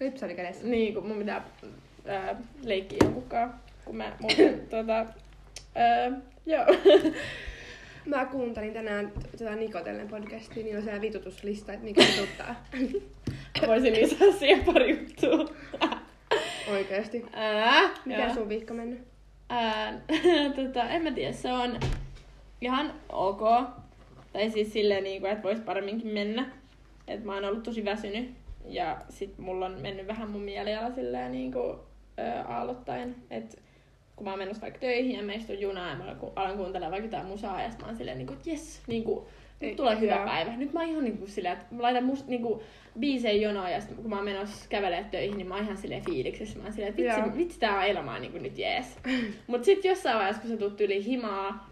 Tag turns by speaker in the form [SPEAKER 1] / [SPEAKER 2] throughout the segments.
[SPEAKER 1] Ripsari kädessä.
[SPEAKER 2] Niin, kun mun pitää ää, leikkiä jonkunkaan, kun mä muuten tota... Ää, joo.
[SPEAKER 1] Mä kuuntelin tänään t- tätä Nikotellen podcastia, niin on siellä vitutuslista, että mikä vituttaa.
[SPEAKER 2] Voisin lisätä siihen pari juttua.
[SPEAKER 1] Oikeesti.
[SPEAKER 2] Ää,
[SPEAKER 1] Mikä
[SPEAKER 2] joo.
[SPEAKER 1] sun viikko mennyt?
[SPEAKER 2] Ää, tota, en mä tiedä, se on ihan ok. Tai siis silleen, niin kuin, että vois paremminkin mennä. Et mä oon ollut tosi väsynyt. Ja sit mulla on mennyt vähän mun mieliala silleen niin kuin, ö, aallottaen. Et kun mä oon menossa vaikka töihin ja meistä on junaa ja mä alku- alan kuuntelemaan vaikka jotain musaa ja sit mä oon silleen niinku, että jes, niinku, nyt
[SPEAKER 1] Ei,
[SPEAKER 2] tulee hyvä
[SPEAKER 1] joo.
[SPEAKER 2] päivä. Nyt mä oon ihan niinku silleen, että mä laitan must, niinku, biisejä jonoon ja sit kun mä oon menossa kävelemään töihin, niin mä oon ihan silleen fiiliksessä. Mä oon silleen, että
[SPEAKER 1] Joo.
[SPEAKER 2] vitsi, vitsi tää on elämää niinku nyt jees. Mut sit jossain vaiheessa, kun sä tuut yli himaa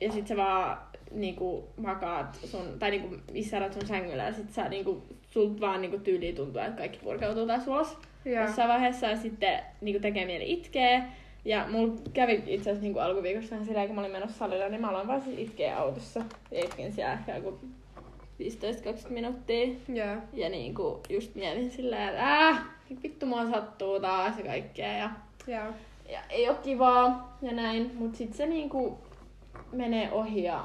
[SPEAKER 2] ja sit sä vaan niinku makaat sun, tai niinku isärat sun sängyllä ja sit sä niinku, sult vaan niinku tyyliin tuntuu, että kaikki purkautuu taas ulos
[SPEAKER 1] Joo.
[SPEAKER 2] jossain vaiheessa ja sitten niin tekee mieli itkeä. Ja mulla kävi itse asiassa niin alkuviikossa vähän sillä, kun mä olin menossa salilla, niin mä aloin vaan siis itkeä autossa. Ja itkin siellä ehkä joku 15-20 minuuttia.
[SPEAKER 1] Joo.
[SPEAKER 2] Ja niin kuin just mietin sillä, että äh, vittu mua sattuu taas ja kaikkea. Ja,
[SPEAKER 1] Joo.
[SPEAKER 2] ja ei oo kivaa ja näin. Mut sit se niin kuin menee ohi ja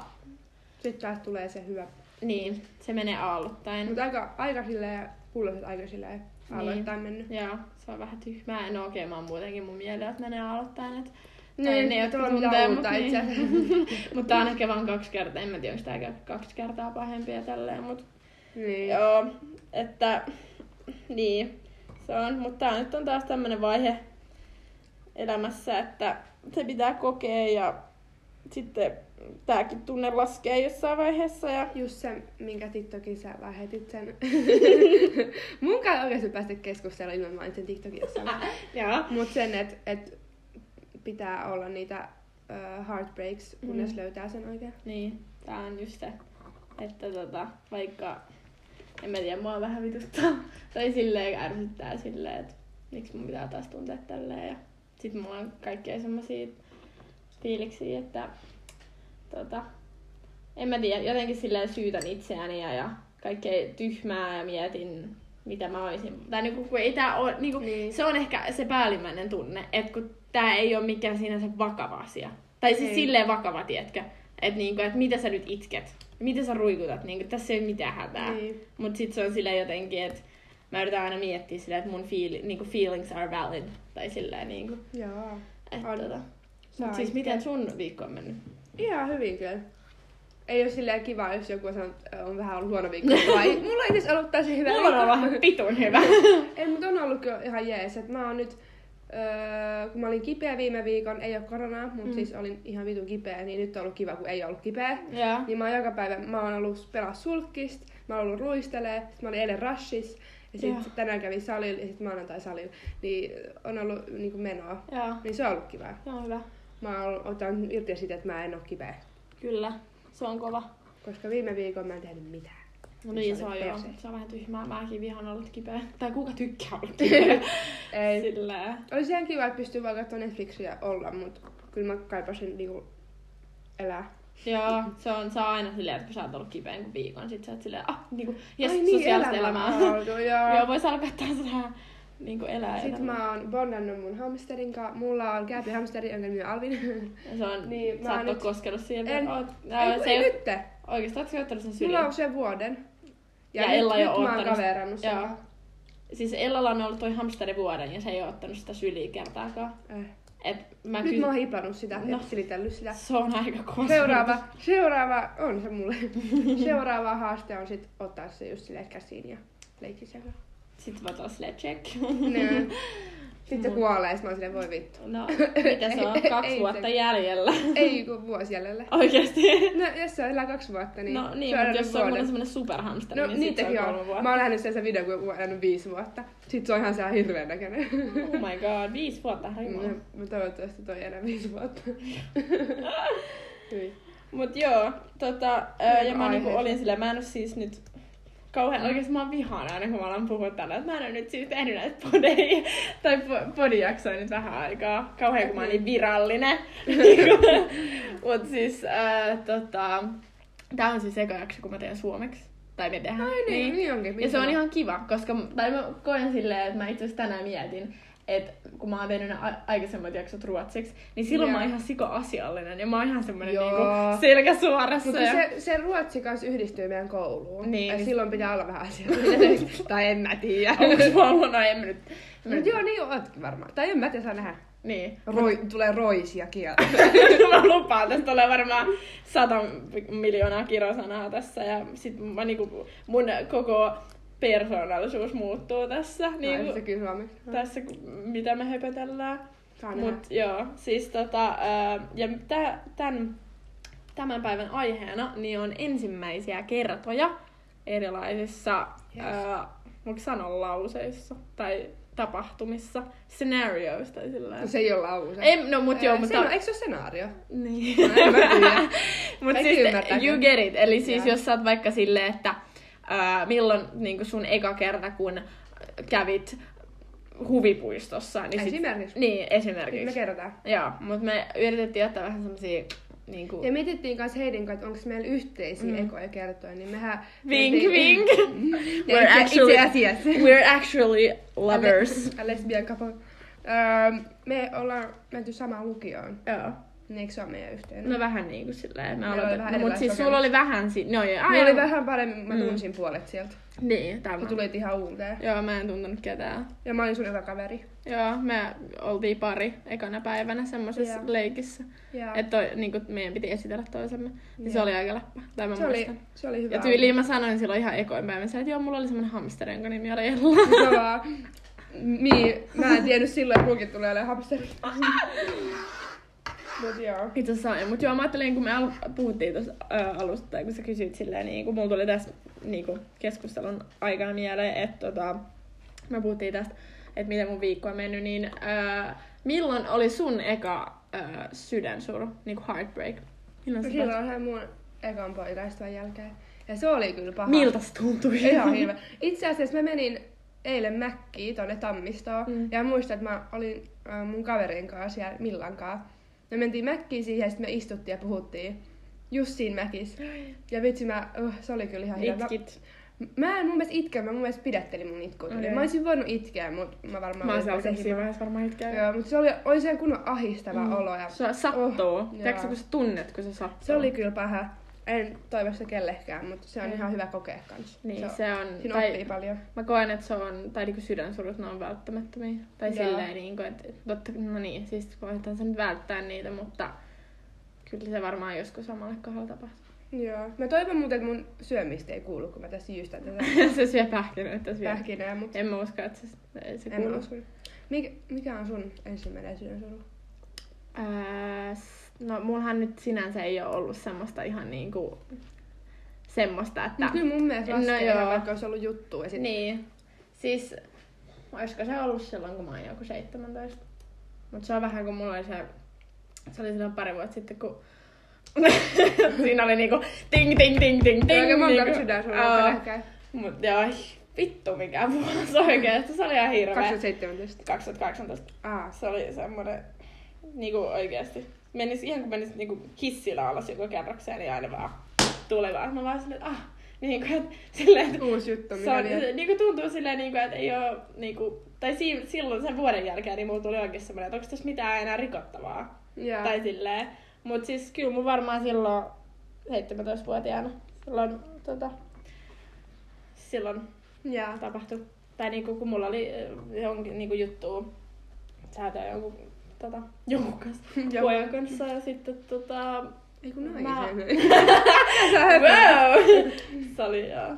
[SPEAKER 1] Sitten taas tulee se hyvä.
[SPEAKER 2] niin, se menee aallottain.
[SPEAKER 1] Mutta aika, aika silleen, pulloset aika silleen
[SPEAKER 2] Niin.
[SPEAKER 1] aloittain mennyt.
[SPEAKER 2] Joo, se on vähän tyhmää. No okei, mä oon muutenkin mun mielellä, että menee aloittain. Et...
[SPEAKER 1] Niin,
[SPEAKER 2] tai ne, jotka
[SPEAKER 1] tuolla on
[SPEAKER 2] tuntee
[SPEAKER 1] mitään
[SPEAKER 2] mut,
[SPEAKER 1] uutta
[SPEAKER 2] niin.
[SPEAKER 1] itse
[SPEAKER 2] Mutta tää on ehkä vaan kaksi kertaa. En mä tiedä, onko tää käy kaksi kertaa pahempia tälleen. Mut...
[SPEAKER 1] Niin.
[SPEAKER 2] Joo, että niin, se on. Mutta tää nyt on taas tämmönen vaihe elämässä, että se pitää kokea ja sitten tääkin tunne laskee jossain vaiheessa ja
[SPEAKER 1] Just se, minkä TikTokin sä lähetit sen. Mun kai oikeasti päästä keskusteluun ilman mä olin sen TikTokin jossain.
[SPEAKER 2] Joo.
[SPEAKER 1] Mut sen, että et pitää olla niitä uh, heartbreaks, kunnes
[SPEAKER 2] Mm.
[SPEAKER 1] löytää sen oikein.
[SPEAKER 2] Niin, tää on just se, että tota, vaikka, en mä tiedä, mua vähän vituttaa, tai silleen ärsyttää silleen, että miksi mun pitää taas tuntea tälleen, ja sit mulla on kaikkea semmosia fiiliksiä, että tota, en mä tiedä, jotenkin silleen syytän itseäni ja, ja kaikkea tyhmää ja mietin, mitä mä olisin. Tai niinku, kun ei tää oo, niinku, niin.
[SPEAKER 1] Niin.
[SPEAKER 2] se on ehkä se päällimmäinen tunne, että kun tää ei ole mikään sinänsä vakava asia. Tai siis
[SPEAKER 1] Ei.
[SPEAKER 2] silleen vakava, tietkä, että niinku, et mitä sä nyt itket, mitä sä ruikutat, niinku, tässä ei ole mitään hätää.
[SPEAKER 1] Niin.
[SPEAKER 2] Mut sit se on silleen jotenkin, että mä yritän aina miettiä silleen, että mun fiil, niinku, feelings are valid. Tai silleen niinku,
[SPEAKER 1] Joo.
[SPEAKER 2] että
[SPEAKER 1] On.
[SPEAKER 2] tota.
[SPEAKER 1] Saa
[SPEAKER 2] Mut siis
[SPEAKER 1] itkeä.
[SPEAKER 2] miten sun viikko on mennyt?
[SPEAKER 1] Ihan hyvin kyllä. Ei ole silleen kiva, jos joku sanoo, että ö, on vähän ollut huono viikko. Mulla ei, mulla ei siis ollut tosi hyvä
[SPEAKER 2] Mulla on
[SPEAKER 1] viikko.
[SPEAKER 2] ollut ihan pitun hyvä.
[SPEAKER 1] Ei, mutta on ollut kyllä ihan jees. Et mä oon nyt, öö, kun mä olin kipeä viime viikon, ei ole koronaa, mutta
[SPEAKER 2] Mm.
[SPEAKER 1] mm. siis olin ihan vitun kipeä, niin nyt on ollut kiva, kun ei ollut kipeä.
[SPEAKER 2] Joo.
[SPEAKER 1] Niin mä oon joka päivä, mä oon ollut pelaa sulkkista, mä oon ollut ruistelee, sit mä olin eilen rashis, ja sit
[SPEAKER 2] Joo.
[SPEAKER 1] tänään kävin salilla ja sit maanantai salilla. Niin on ollut niinku menoa.
[SPEAKER 2] Joo.
[SPEAKER 1] Niin se on ollut kivaa.
[SPEAKER 2] Se on hyvä.
[SPEAKER 1] Mä oon, otan irti siitä, että mä en oo kipeä.
[SPEAKER 2] Kyllä. Se on kova.
[SPEAKER 1] Koska viime viikolla mä en tehnyt mitään.
[SPEAKER 2] No niin, se
[SPEAKER 1] Se
[SPEAKER 2] on
[SPEAKER 1] oli
[SPEAKER 2] joo.
[SPEAKER 1] perse.
[SPEAKER 2] Se on vähän tyhmää. Mäkin vihan ollut kipeä. Tai kuka tykkää olla kipeä?
[SPEAKER 1] Ei.
[SPEAKER 2] Sillä.
[SPEAKER 1] Olisi ihan kiva, että pystyy vaan katsomaan Netflixiä olla, mutta kyllä mä kaipasin niinku elää.
[SPEAKER 2] Joo, se on, se on aina silleen, että kun sä oot ollut kipeä jonkun viikon, sit sä oot silleen, ah, niinku, jes,
[SPEAKER 1] Ai niin,
[SPEAKER 2] sosiaalista
[SPEAKER 1] elämä
[SPEAKER 2] elämää.
[SPEAKER 1] alkoi, joo.
[SPEAKER 2] joo, vois alkaa taas vähän niinku elää
[SPEAKER 1] Sitten
[SPEAKER 2] elämää.
[SPEAKER 1] mä oon bondannut mun hamsterin kanssa. Mulla on kääpi hamsteri, jonka nimi on Alvin.
[SPEAKER 2] Ja se on, niin,
[SPEAKER 1] Niin,
[SPEAKER 2] sä
[SPEAKER 1] mä
[SPEAKER 2] et oo
[SPEAKER 1] nyt-
[SPEAKER 2] koskenut siihen.
[SPEAKER 1] En-
[SPEAKER 2] Oot,
[SPEAKER 1] Ei,
[SPEAKER 2] ää,
[SPEAKER 1] kun
[SPEAKER 2] se
[SPEAKER 1] ei
[SPEAKER 2] ei,
[SPEAKER 1] nytte.
[SPEAKER 2] oikeesti oot sä ottanut sen
[SPEAKER 1] Mulla
[SPEAKER 2] syliin?
[SPEAKER 1] on se vuoden.
[SPEAKER 2] Ja Ella
[SPEAKER 1] nyt,
[SPEAKER 2] ei oo
[SPEAKER 1] nyt mä oon
[SPEAKER 2] ottanut-
[SPEAKER 1] kaverannut sen.
[SPEAKER 2] Joo. Siis Ellalla on ollut toi hamsteri vuoden ja se ei oo ottanut sitä syliin kertaakaan.
[SPEAKER 1] Eh.
[SPEAKER 2] Et mä
[SPEAKER 1] Nyt
[SPEAKER 2] kysyn-
[SPEAKER 1] mä oon hiplannut sitä
[SPEAKER 2] No.
[SPEAKER 1] ja silitellyt sitä.
[SPEAKER 2] Se on aika kova.
[SPEAKER 1] Seuraava, seuraava on se mulle. Seuraava haaste on sit ottaa se just silleen käsiin ja leikkiä sen kanssa.
[SPEAKER 2] Sitten mä taas silleen check.
[SPEAKER 1] Nää. Sitten
[SPEAKER 2] Mut-
[SPEAKER 1] se kuolee, sit mä oon silleen, voi vittu.
[SPEAKER 2] No, mitä se on?
[SPEAKER 1] Ei-
[SPEAKER 2] Kaksi
[SPEAKER 1] ei
[SPEAKER 2] vuotta
[SPEAKER 1] se-
[SPEAKER 2] jäljellä.
[SPEAKER 1] Ei kun vuosi jäljellä.
[SPEAKER 2] Oikeesti.
[SPEAKER 1] No jos se on elää kaksi vuotta, niin
[SPEAKER 2] No niin,
[SPEAKER 1] se on
[SPEAKER 2] mutta
[SPEAKER 1] elänyt
[SPEAKER 2] jos se on mulle
[SPEAKER 1] vuoden.
[SPEAKER 2] semmonen superhamsteri,
[SPEAKER 1] No
[SPEAKER 2] niin sit se on
[SPEAKER 1] niitäkin
[SPEAKER 2] kolme
[SPEAKER 1] on.
[SPEAKER 2] vuotta.
[SPEAKER 1] Mä oon nähnyt sen, sen videon, kun mä oon elänyt viisi vuotta. Sit se on ihan sehän hirveän näköinen.
[SPEAKER 2] Oh my god, viisi vuotta, herra jumala.
[SPEAKER 1] Mm, Mä toivottavasti toi ei enää viisi vuotta. Hyi.
[SPEAKER 2] Mut joo, tota, ää, ja mä niinku
[SPEAKER 1] Aiheeseen.
[SPEAKER 2] olin sillä, mä en oo siis nyt
[SPEAKER 1] Mm.
[SPEAKER 2] kauhean, oikeesti mä oon vihaan aina, kun mä alan puhua tällä, että mä en oo nyt siis tehnyt näitä podeja, tai po- podijaksoja nyt vähän aikaa, kauhean kun mä oon niin virallinen. Mut siis, ää, tota, tää on siis eka jakso, kun mä teen suomeksi. Tai me tehdään.
[SPEAKER 1] Ai niin, niin onkin.
[SPEAKER 2] Ja se on
[SPEAKER 1] Miten-
[SPEAKER 2] ihan kiva, koska m- tai mä koen silleen, että mä itse asiassa tänään mietin, että kun mä oon tehnyt ne a- aikaisemmat jaksot ruotsiksi, niin silloin
[SPEAKER 1] Joo.
[SPEAKER 2] mä oon ihan siko asiallinen ja mä oon ihan semmonen
[SPEAKER 1] Joo.
[SPEAKER 2] niinku selkä suorassa.
[SPEAKER 1] Mutta
[SPEAKER 2] ja...
[SPEAKER 1] se, se ruotsi kanssa yhdistyy meidän kouluun.
[SPEAKER 2] Niin.
[SPEAKER 1] Ja silloin pitää olla vähän asiallinen. tai en mä tiedä.
[SPEAKER 2] Onko sulla ollut? No en mä nyt. en mä
[SPEAKER 1] Mut
[SPEAKER 2] nyt-
[SPEAKER 1] joo, niin ootkin varmaan. Tai en mä tiedä, saa nähdä.
[SPEAKER 2] Niin.
[SPEAKER 1] Roi, tulee roisia kieltä.
[SPEAKER 2] mä lupaan, tästä tulee varmaan sata miljoonaa kirosanaa tässä ja sit mä niinku, mun koko persoonallisuus muuttuu tässä,
[SPEAKER 1] Niin
[SPEAKER 2] niinku,
[SPEAKER 1] kuin... kyllä suomeksi.
[SPEAKER 2] tässä kun- mitä me höpötellään.
[SPEAKER 1] Saa nähdä.
[SPEAKER 2] Mut joo, siis tota, ää, ja tä, tän, tämän päivän aiheena niin on ensimmäisiä kertoja erilaisissa, yes.
[SPEAKER 1] Yes.
[SPEAKER 2] ää, voiko sanoa lauseissa tai tapahtumissa, scenarios tai sillä
[SPEAKER 1] Se ei ole lause.
[SPEAKER 2] Ei, no mut joo,
[SPEAKER 1] Ei,
[SPEAKER 2] mutta...
[SPEAKER 1] sena- Eikö se ole skenaario?
[SPEAKER 2] Niin.
[SPEAKER 1] No, en mä tiedä.
[SPEAKER 2] Mut
[SPEAKER 1] Kaikki
[SPEAKER 2] siis
[SPEAKER 1] ymmärtää
[SPEAKER 2] you
[SPEAKER 1] kyllä.
[SPEAKER 2] get it. Eli siis
[SPEAKER 1] Joo.
[SPEAKER 2] jos sä oot vaikka silleen, että ää, milloin niin sun eka kerta, kun kävit huvipuistossa. Niin sit-
[SPEAKER 1] Esimerkiksi.
[SPEAKER 2] Niin, esimerkiksi.
[SPEAKER 1] Sitten me kerrotaan.
[SPEAKER 2] Joo, mutta me yritettiin ottaa vähän semmosia niinku...
[SPEAKER 1] Ja mietittiin kanssa Heidin kanssa, että onko meillä yhteisiä
[SPEAKER 2] Mm.
[SPEAKER 1] mm. ekoja kertoja, niin mehän...
[SPEAKER 2] Wink,
[SPEAKER 1] mentiin-
[SPEAKER 2] wink.
[SPEAKER 1] Ja
[SPEAKER 2] We're
[SPEAKER 1] itse,
[SPEAKER 2] actually-
[SPEAKER 1] itse asiassa.
[SPEAKER 2] We're actually lovers.
[SPEAKER 1] A lesbian couple. Öö, me ollaan menty samaan lukioon,
[SPEAKER 2] Joo.
[SPEAKER 1] niin eikö se ole meidän yhteinen?
[SPEAKER 2] No vähän niinku silleen. Mä
[SPEAKER 1] Meillä oli vähän
[SPEAKER 2] aloitan. No, mut
[SPEAKER 1] erilaiset
[SPEAKER 2] siis sulla oli
[SPEAKER 1] kokemukset.
[SPEAKER 2] vähän si... No joo,
[SPEAKER 1] Meillä oli
[SPEAKER 2] aivan.
[SPEAKER 1] vähän paremmin, mä
[SPEAKER 2] Mm.
[SPEAKER 1] tunsin puolet sieltä.
[SPEAKER 2] Niin,
[SPEAKER 1] Kun
[SPEAKER 2] tämä.
[SPEAKER 1] tulit ihan uuteen.
[SPEAKER 2] Joo, mä en tuntenut ketään.
[SPEAKER 1] Ja mä olin sun joka kaveri.
[SPEAKER 2] Joo, me oltiin pari ekana päivänä semmoisessa
[SPEAKER 1] Joo.
[SPEAKER 2] leikissä.
[SPEAKER 1] Ja
[SPEAKER 2] Että toi, niin kuin meidän piti esitellä toisemme. Niin se
[SPEAKER 1] Joo.
[SPEAKER 2] oli aika läppä. Tai mä
[SPEAKER 1] se, oli,
[SPEAKER 2] muistan.
[SPEAKER 1] se oli hyvä.
[SPEAKER 2] Ja tyyliin mä sanoin silloin ihan ekoin päivän, että joo, mulla oli semmonen hamsteri, jonka nimi oli Ella.
[SPEAKER 1] No vaan. Mii, mä en tiennyt silloin, että munkin tulee olemaan hamsteri. Mut joo.
[SPEAKER 2] Itse asiassa sain. Niin Mut joo, mä ajattelin, kun me al- puhuttiin tuossa alusta, tai kun sä kysyit silleen, niin kun mulla tuli tässä niin kun keskustelun aikana mieleen, että tota, me puhuttiin tästä, että miten mun viikko on mennyt, niin ää, milloin oli sun eka ää, sydänsuru, niin kuin heartbreak? Milloin sä
[SPEAKER 1] Silloin hän mun ekan poikaystävän jälkeen. Ja se oli kyllä paha.
[SPEAKER 2] Miltä se tuntui?
[SPEAKER 1] Ihan hirveä. Itse asiassa mä menin eilen Mäkkiin tonne Tammistoon.
[SPEAKER 2] Mm.
[SPEAKER 1] Mm. Ja mä muistan, että mä olin äh, mun kaverin kanssa siellä Millankaan. Me mentiin Mäkkiin siihen ja sitten me istuttiin ja puhuttiin. Just siinä Mäkis. Ja vitsi mä, uh, se oli kyllä ihan hirveä.
[SPEAKER 2] Itkit.
[SPEAKER 1] Mä, mä en mun mielestä itkeä, mä mun mielestä pidättelin mun itkua.
[SPEAKER 2] Okei.
[SPEAKER 1] Okay. Mä olisin voinut itkeä, mutta mä varmaan...
[SPEAKER 2] Mä oon
[SPEAKER 1] olisin
[SPEAKER 2] alkanut
[SPEAKER 1] se
[SPEAKER 2] siinä
[SPEAKER 1] hima-
[SPEAKER 2] vaiheessa varmaan itkeä.
[SPEAKER 1] Joo, mutta se oli, oli se kunnon ahistava
[SPEAKER 2] Mm.
[SPEAKER 1] mm. olo. Ja
[SPEAKER 2] Se sattuu. Oh,
[SPEAKER 1] Oh,
[SPEAKER 2] Tiedätkö,
[SPEAKER 1] joo.
[SPEAKER 2] kun sä tunnet, kun se sattuu?
[SPEAKER 1] se oli kyllä paha. En toivo sitä kellekään, mutta se on
[SPEAKER 2] Mm.
[SPEAKER 1] ihan hyvä kokea kanssa.
[SPEAKER 2] Niin,
[SPEAKER 1] se,
[SPEAKER 2] se on...
[SPEAKER 1] siinä
[SPEAKER 2] tai-
[SPEAKER 1] oppii paljon.
[SPEAKER 2] Mä koen, että se on, tai niinku sydänsurut, ne on välttämättömiä. Tai
[SPEAKER 1] Joo.
[SPEAKER 2] silleen, niin kuin, että totta, no niin, siis koetaan sen välttää niitä, mutta kyllä se varmaan joskus omalle kohdalla tapahtuu.
[SPEAKER 1] Joo. Mä toivon muuten, että mun syömistä ei kuulu, kun mä tässä jyystän tätä
[SPEAKER 2] se syö pähkinöitä, syö.
[SPEAKER 1] pähkinää, mutta
[SPEAKER 2] En mä usko, että se, ei se
[SPEAKER 1] en
[SPEAKER 2] kuuluu.
[SPEAKER 1] mä usko. Mikä, mikä on sun ensimmäinen sydänsuru?
[SPEAKER 2] Ää, s- no mullahan nyt sinänsä ei ole ollut semmoista ihan niinku semmoista, että...
[SPEAKER 1] Mut kyllä mun mielestä
[SPEAKER 2] No
[SPEAKER 1] laskee no
[SPEAKER 2] joo.
[SPEAKER 1] ihan, vaikka olisi ollut juttu. Ja sit,
[SPEAKER 2] Niin. Siis, olisiko se ollut silloin, kun mä olin joku 17? Mutta se on vähän kuin mulla oli se, se oli silloin pari vuotta sitten, kun siinä oli niinku ting ting ting ting ting.
[SPEAKER 1] Oikein monta
[SPEAKER 2] niinku-
[SPEAKER 1] sydänsurua
[SPEAKER 2] Aa,
[SPEAKER 1] peräkkäin.
[SPEAKER 2] Mut joo, ai, vittu mikä vuosi oikeesti, se oli ihan hirveä.
[SPEAKER 1] 2017.
[SPEAKER 2] 2018.
[SPEAKER 1] Aa,
[SPEAKER 2] Se oli semmonen, niinku oikeesti. Menis ihan kun menis niinku hissillä alas joku kerrokseen, niin aina vaan tuli vaan. Mä vaan silleen, että ah, niinku, et, silleen, että
[SPEAKER 1] uusi juttu.
[SPEAKER 2] se
[SPEAKER 1] Mitä
[SPEAKER 2] on,
[SPEAKER 1] vielä?
[SPEAKER 2] se, niinku tuntuu silleen, niinku, että ei oo, niinku, tai si- silloin sen vuoden jälkeen niin mulla tuli oikein semmoinen, että onko tässä mitään enää rikottavaa.
[SPEAKER 1] Joo.
[SPEAKER 2] Tai silleen. Mut siis kyllä mun varmaan silloin 17-vuotiaana, silloin, tota, silloin
[SPEAKER 1] Joo.
[SPEAKER 2] tapahtui. Tai niinku, kun mulla oli ö, jonkin niinku juttu säätöä jonkun, tota, jonkun kanssa,
[SPEAKER 1] Joo.
[SPEAKER 2] pojan kanssa ja sitten tota,
[SPEAKER 1] Ei kun naisen.
[SPEAKER 2] Mä-
[SPEAKER 1] Sä höpöt.
[SPEAKER 2] Wow! Se oli joo.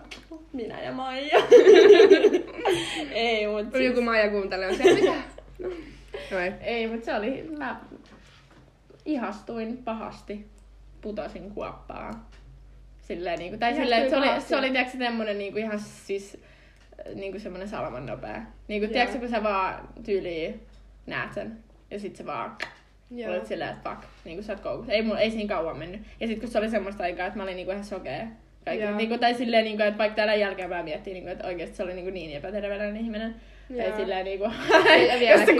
[SPEAKER 2] Minä ja Maija. ei, mut
[SPEAKER 1] Kun
[SPEAKER 2] siis,
[SPEAKER 1] joku Maija kuuntelee, on se mitä? No ei.
[SPEAKER 2] Ei, mut se oli... Mä ihastuin pahasti. Putosin kuoppaan. Silleen niinku... Tai
[SPEAKER 1] Ihastuin
[SPEAKER 2] silleen, että se oli,
[SPEAKER 1] pahasti.
[SPEAKER 2] se oli tiiäks, semmonen niinku ihan siis... äh, Niinku semmonen salaman nopea. Niinku
[SPEAKER 1] Joo.
[SPEAKER 2] tiiäks, kun sä vaan tyyliin näet sen. Ja sit se vaan Joo.
[SPEAKER 1] Joo.
[SPEAKER 2] Olet silleen, että fuck, niin kuin sä oot koukussa. Ei, mulla, ei siinä kauan mennyt. Ja sitten kun se oli semmoista aikaa, että mä olin niinku ihan sokea. Kaikki,
[SPEAKER 1] Joo.
[SPEAKER 2] niinku, tai silleen, niinku, että vaikka täällä jälkeenpäin miettii, niinku, että oikeasti se oli niinku niin epäterveellinen ihminen. Joo. Tai
[SPEAKER 1] Joo.
[SPEAKER 2] silleen, niinku,
[SPEAKER 1] Ei vielä
[SPEAKER 2] jos sä
[SPEAKER 1] kyllä.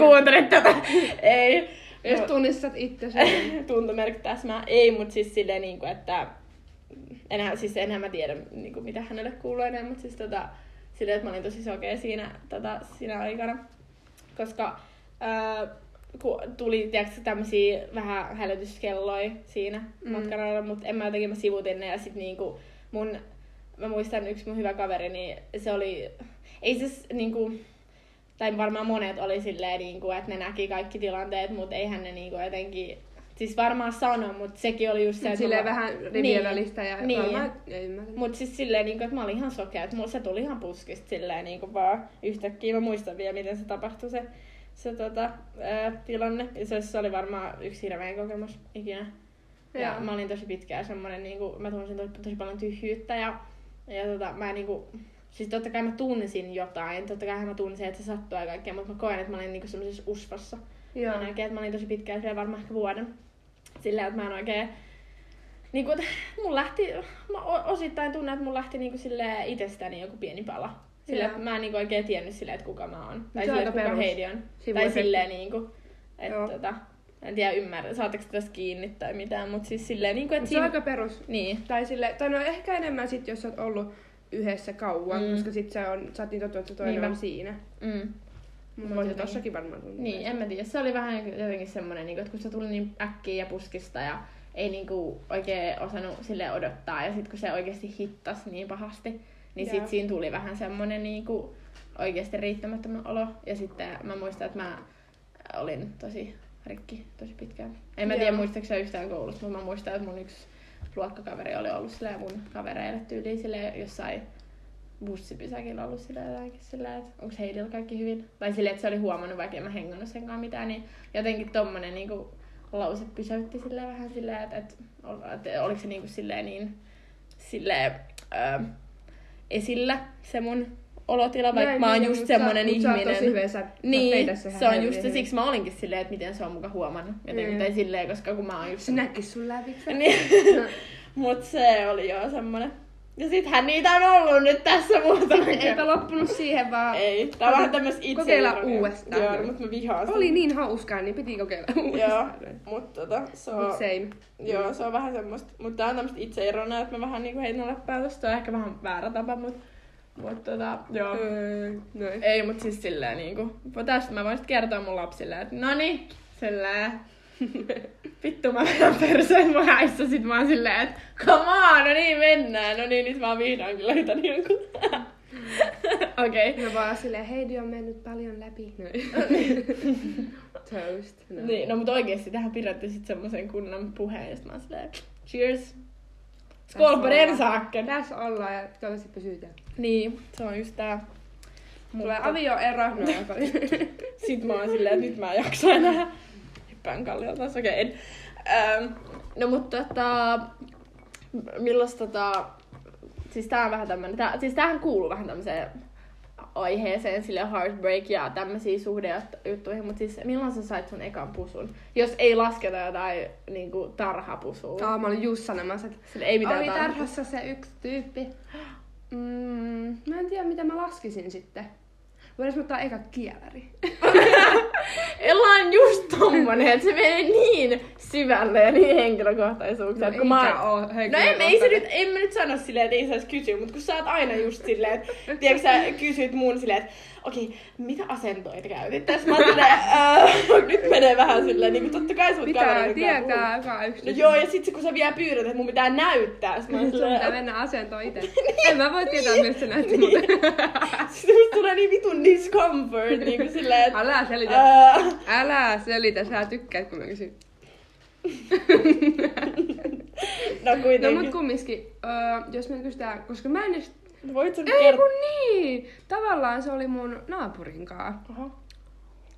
[SPEAKER 2] kuuntelet tätä, ei.
[SPEAKER 1] Jos tunnistat itse sen.
[SPEAKER 2] tuntomerkki täsmää, ei, mutta siis silleen, niinku, että enää, siis enää mä tiedä, niin kuin, mitä hänelle kuuluu enää, mutta siis tota, silleen, että mä olin tosi sokea siinä, tota, siinä aikana. Koska ää, kun tuli tiiäks, tämmösiä vähän hälytyskelloja siinä
[SPEAKER 1] Mm.
[SPEAKER 2] mm. matkaralla, mutta en mä jotenkin mä sivutin ne ja sit niinku mun, mä muistan yksi mun hyvä kaveri, niin se oli, ei siis niinku, tai varmaan monet oli silleen, niinku, että ne näki kaikki tilanteet, mutta eihän ne niinku jotenkin, siis varmaan sano, mutta sekin oli just se, että
[SPEAKER 1] Silleen
[SPEAKER 2] mulla-
[SPEAKER 1] vähän rivien
[SPEAKER 2] Niin.
[SPEAKER 1] välistä ja
[SPEAKER 2] Niin.
[SPEAKER 1] varmaan ei ymmärrä.
[SPEAKER 2] Mut siis silleen, niinku, että mä olin ihan sokea, että mulla se tuli ihan puskista silleen niinku vaan yhtäkkiä. Mä muistan vielä, miten se tapahtui se, se tota, ää, tilanne. Ja se, se oli varmaan yksi hirveän kokemus ikinä. Ja,
[SPEAKER 1] Joo.
[SPEAKER 2] mä olin tosi pitkään semmonen, niinku, mä tunsin tosi, tosi paljon tyhjyyttä ja, ja tota, mä niinku, Siis totta kai mä tunsin jotain, totta kai mä tunsin, että se sattuu ja kaikkea, mutta mä koen, että mä olin niinku semmoisessa usvassa. Joo.
[SPEAKER 1] Joo.
[SPEAKER 2] Mä näin, että mä olin tosi pitkään siellä varmaan ehkä vuoden. Sillä että mä en oikein... Niin kuin, mun lähti, mä o- osittain tunnen, että mun lähti niin sille itsestäni joku pieni pala. Sillä
[SPEAKER 1] Joo.
[SPEAKER 2] että mä en niin oikein tiennyt silleen, että kuka mä oon. Tai
[SPEAKER 1] se on
[SPEAKER 2] sille, että
[SPEAKER 1] aika
[SPEAKER 2] kuka
[SPEAKER 1] perus.
[SPEAKER 2] Heidi on. Tai
[SPEAKER 1] Sivuefekti.
[SPEAKER 2] silleen niin kuin,
[SPEAKER 1] Joo.
[SPEAKER 2] että tota, en tiedä ymmärrä, saatteko te tästä kiinni tai mitään, mutta siis silleen niin kuin, että
[SPEAKER 1] Mut Se on aika perus.
[SPEAKER 2] Niin,
[SPEAKER 1] Tai, sille, tai no ehkä enemmän sit, jos sä oot ollut yhdessä kauan, mm.
[SPEAKER 2] Mm.
[SPEAKER 1] koska sit sä, on, sä oot niin tottunut, että se toinen
[SPEAKER 2] Niinpä.
[SPEAKER 1] on siinä.
[SPEAKER 2] mm.
[SPEAKER 1] Mutta voisi
[SPEAKER 2] Mut jotenkin.
[SPEAKER 1] tossakin varmaan tuntua.
[SPEAKER 2] Niin, en mä tiedä. Se oli vähän jotenkin semmoinen, niin että kun se tuli niin äkkiä ja puskista ja ei niin kuin oikein osannut sille odottaa. Ja sitten kun se oikeasti hittas niin pahasti, niin
[SPEAKER 1] Joo.
[SPEAKER 2] sitten siinä tuli vähän semmoinen niin kuin oikeasti riittämättömän olo. Ja sitten mä muistan, että mä Äh, olin tosi rikki tosi pitkään. En mä
[SPEAKER 1] Joo.
[SPEAKER 2] tiedä muistaako se yhtään koulusta, mutta mä muistan, että mun yksi luokkakaveri oli ollut silleen mun kavereille tyyliin silleen jossain bussipysäkillä ollut sillä jotenkin sillä, että onko Heidillä kaikki hyvin. Tai silleen, että se oli huomannut, vaikka en mä hengannut sen kanssa mitään, niin jotenkin tommonen niinku lause pysäytti silleen vähän silleen, että, että, ol- että oliko se niinku silleen niin silleen, ö, esillä se mun olotila, vaikka
[SPEAKER 1] Näin,
[SPEAKER 2] mä oon
[SPEAKER 1] niin,
[SPEAKER 2] just
[SPEAKER 1] mut sä-
[SPEAKER 2] semmonen
[SPEAKER 1] mut Sä oot tosi
[SPEAKER 2] ihminen.
[SPEAKER 1] hyvä, sä, niin- sä
[SPEAKER 2] Niin,
[SPEAKER 1] peität sen
[SPEAKER 2] se on
[SPEAKER 1] hänen
[SPEAKER 2] just se,
[SPEAKER 1] hyvin.
[SPEAKER 2] siksi mä olinkin silleen, että miten se on muka huomannut. Jotenkin,
[SPEAKER 1] Mm.
[SPEAKER 2] tai silleen, koska kun mä oon just...
[SPEAKER 1] Se näki sun lävitse. No,
[SPEAKER 2] Niin. Mut se oli joo semmonen. Ja sittenhän niitä on ollut nyt tässä muutama
[SPEAKER 1] Eipä
[SPEAKER 2] kerta.
[SPEAKER 1] loppunut siihen, vaan
[SPEAKER 2] Ei, tää on vähän tämmös itse.
[SPEAKER 1] Kokeilla uudestaan.
[SPEAKER 2] Joo, mut mä vihaan sen.
[SPEAKER 1] oli niin hauskaa, niin piti kokeilla
[SPEAKER 2] Joo,
[SPEAKER 1] uudestaan.
[SPEAKER 2] mut tota, se on,
[SPEAKER 1] Mut same.
[SPEAKER 2] joo, se on vähän semmoista. Mut tää on tämmöstä itseirona, että mä vähän niinku heitän läppää tosta. Se on ehkä vähän väärä tapa, mut, mut tota, joo.
[SPEAKER 1] Öö, noin.
[SPEAKER 2] Ei, mut siis silleen niinku, mut tästä mä voin sit kertoa mun lapsille, että no niin, silleen. Vittu mä vedän perseen mun häissä, sit mä oon silleen, että come on, no niin mennään, no niin nyt mä oon vihdoinkin löytänyt jonkun. Okei. Okay.
[SPEAKER 1] No vaan silleen, Heidi on mennyt paljon läpi. Noin. Toast. No.
[SPEAKER 2] Niin, no mut oikeesti tähän pidätte sit semmosen kunnon puheen, ja sit mä oon silleen, cheers. Skål på den saken!
[SPEAKER 1] Tässä ollaan ja toivottavasti pysyy täällä.
[SPEAKER 2] Niin, se on just tää.
[SPEAKER 1] Tulee
[SPEAKER 2] Mutta-
[SPEAKER 1] avioero. No,
[SPEAKER 2] Sitten mä oon silleen, että nyt mä en jaksa enää. Hyppään kalliolta taas, okei. en. Öm, no mutta tota, milloin tota, siis tää on vähän tämmönen, tää, siis tämähän kuuluu vähän tämmöiseen aiheeseen, sille heartbreak ja tämmöisiä suhdejuttuihin, mutta siis milloin sä sait sun ekan pusun? Jos ei lasketa jotain niinku tarhapusua.
[SPEAKER 1] Aa, mä olin just sanomassa, että
[SPEAKER 2] Sille ei mitään
[SPEAKER 1] No. oli
[SPEAKER 2] tarhaa.
[SPEAKER 1] tarhassa se yksi tyyppi. Mm, mä en tiedä, mitä mä laskisin sitten. Voidaan ottaa eka kieläri.
[SPEAKER 2] Ella on just tommonen, että se menee niin syvälle ja niin
[SPEAKER 1] No
[SPEAKER 2] henkilökohtaisuuksia. että kun mä oon-
[SPEAKER 1] oo
[SPEAKER 2] No ei, ei se nyt, en mä nyt sano silleen, että ei saisi kysyä, mutta kun sä oot aina just silleen, että tiedätkö sä kysyt mun silleen, että okei, mitä asentoita käytit tässä? Mä oon silleen, "Öö, nyt menee vähän silleen, niin kuin totta kai sä oot
[SPEAKER 1] Pitää
[SPEAKER 2] kaverin kanssa
[SPEAKER 1] tietää
[SPEAKER 2] puhunut.
[SPEAKER 1] joka yksi.
[SPEAKER 2] No joo, ja sit se, kun sä vielä pyydät, että mun pitää näyttää, sit mä oon
[SPEAKER 1] Sun pitää
[SPEAKER 2] silleen, Niin.
[SPEAKER 1] mennä asentoon itse. En mä voi tietää, miltä se näytti muuten.
[SPEAKER 2] sit musta tulee niin vitun discomfort, niin kuin silleen, että
[SPEAKER 1] Älä selitä.
[SPEAKER 2] "Öö,
[SPEAKER 1] Älä selitä, sä tykkäät kun mä kysyn.
[SPEAKER 2] no
[SPEAKER 1] No mut
[SPEAKER 2] kuitenkin.
[SPEAKER 1] kumminkin, öö, jos me kysytään, koska mä en edes...
[SPEAKER 2] No Voit sä nyt
[SPEAKER 1] Ei
[SPEAKER 2] kertoa?
[SPEAKER 1] kun niin! Tavallaan se oli mun naapurin kaa.
[SPEAKER 2] Aha.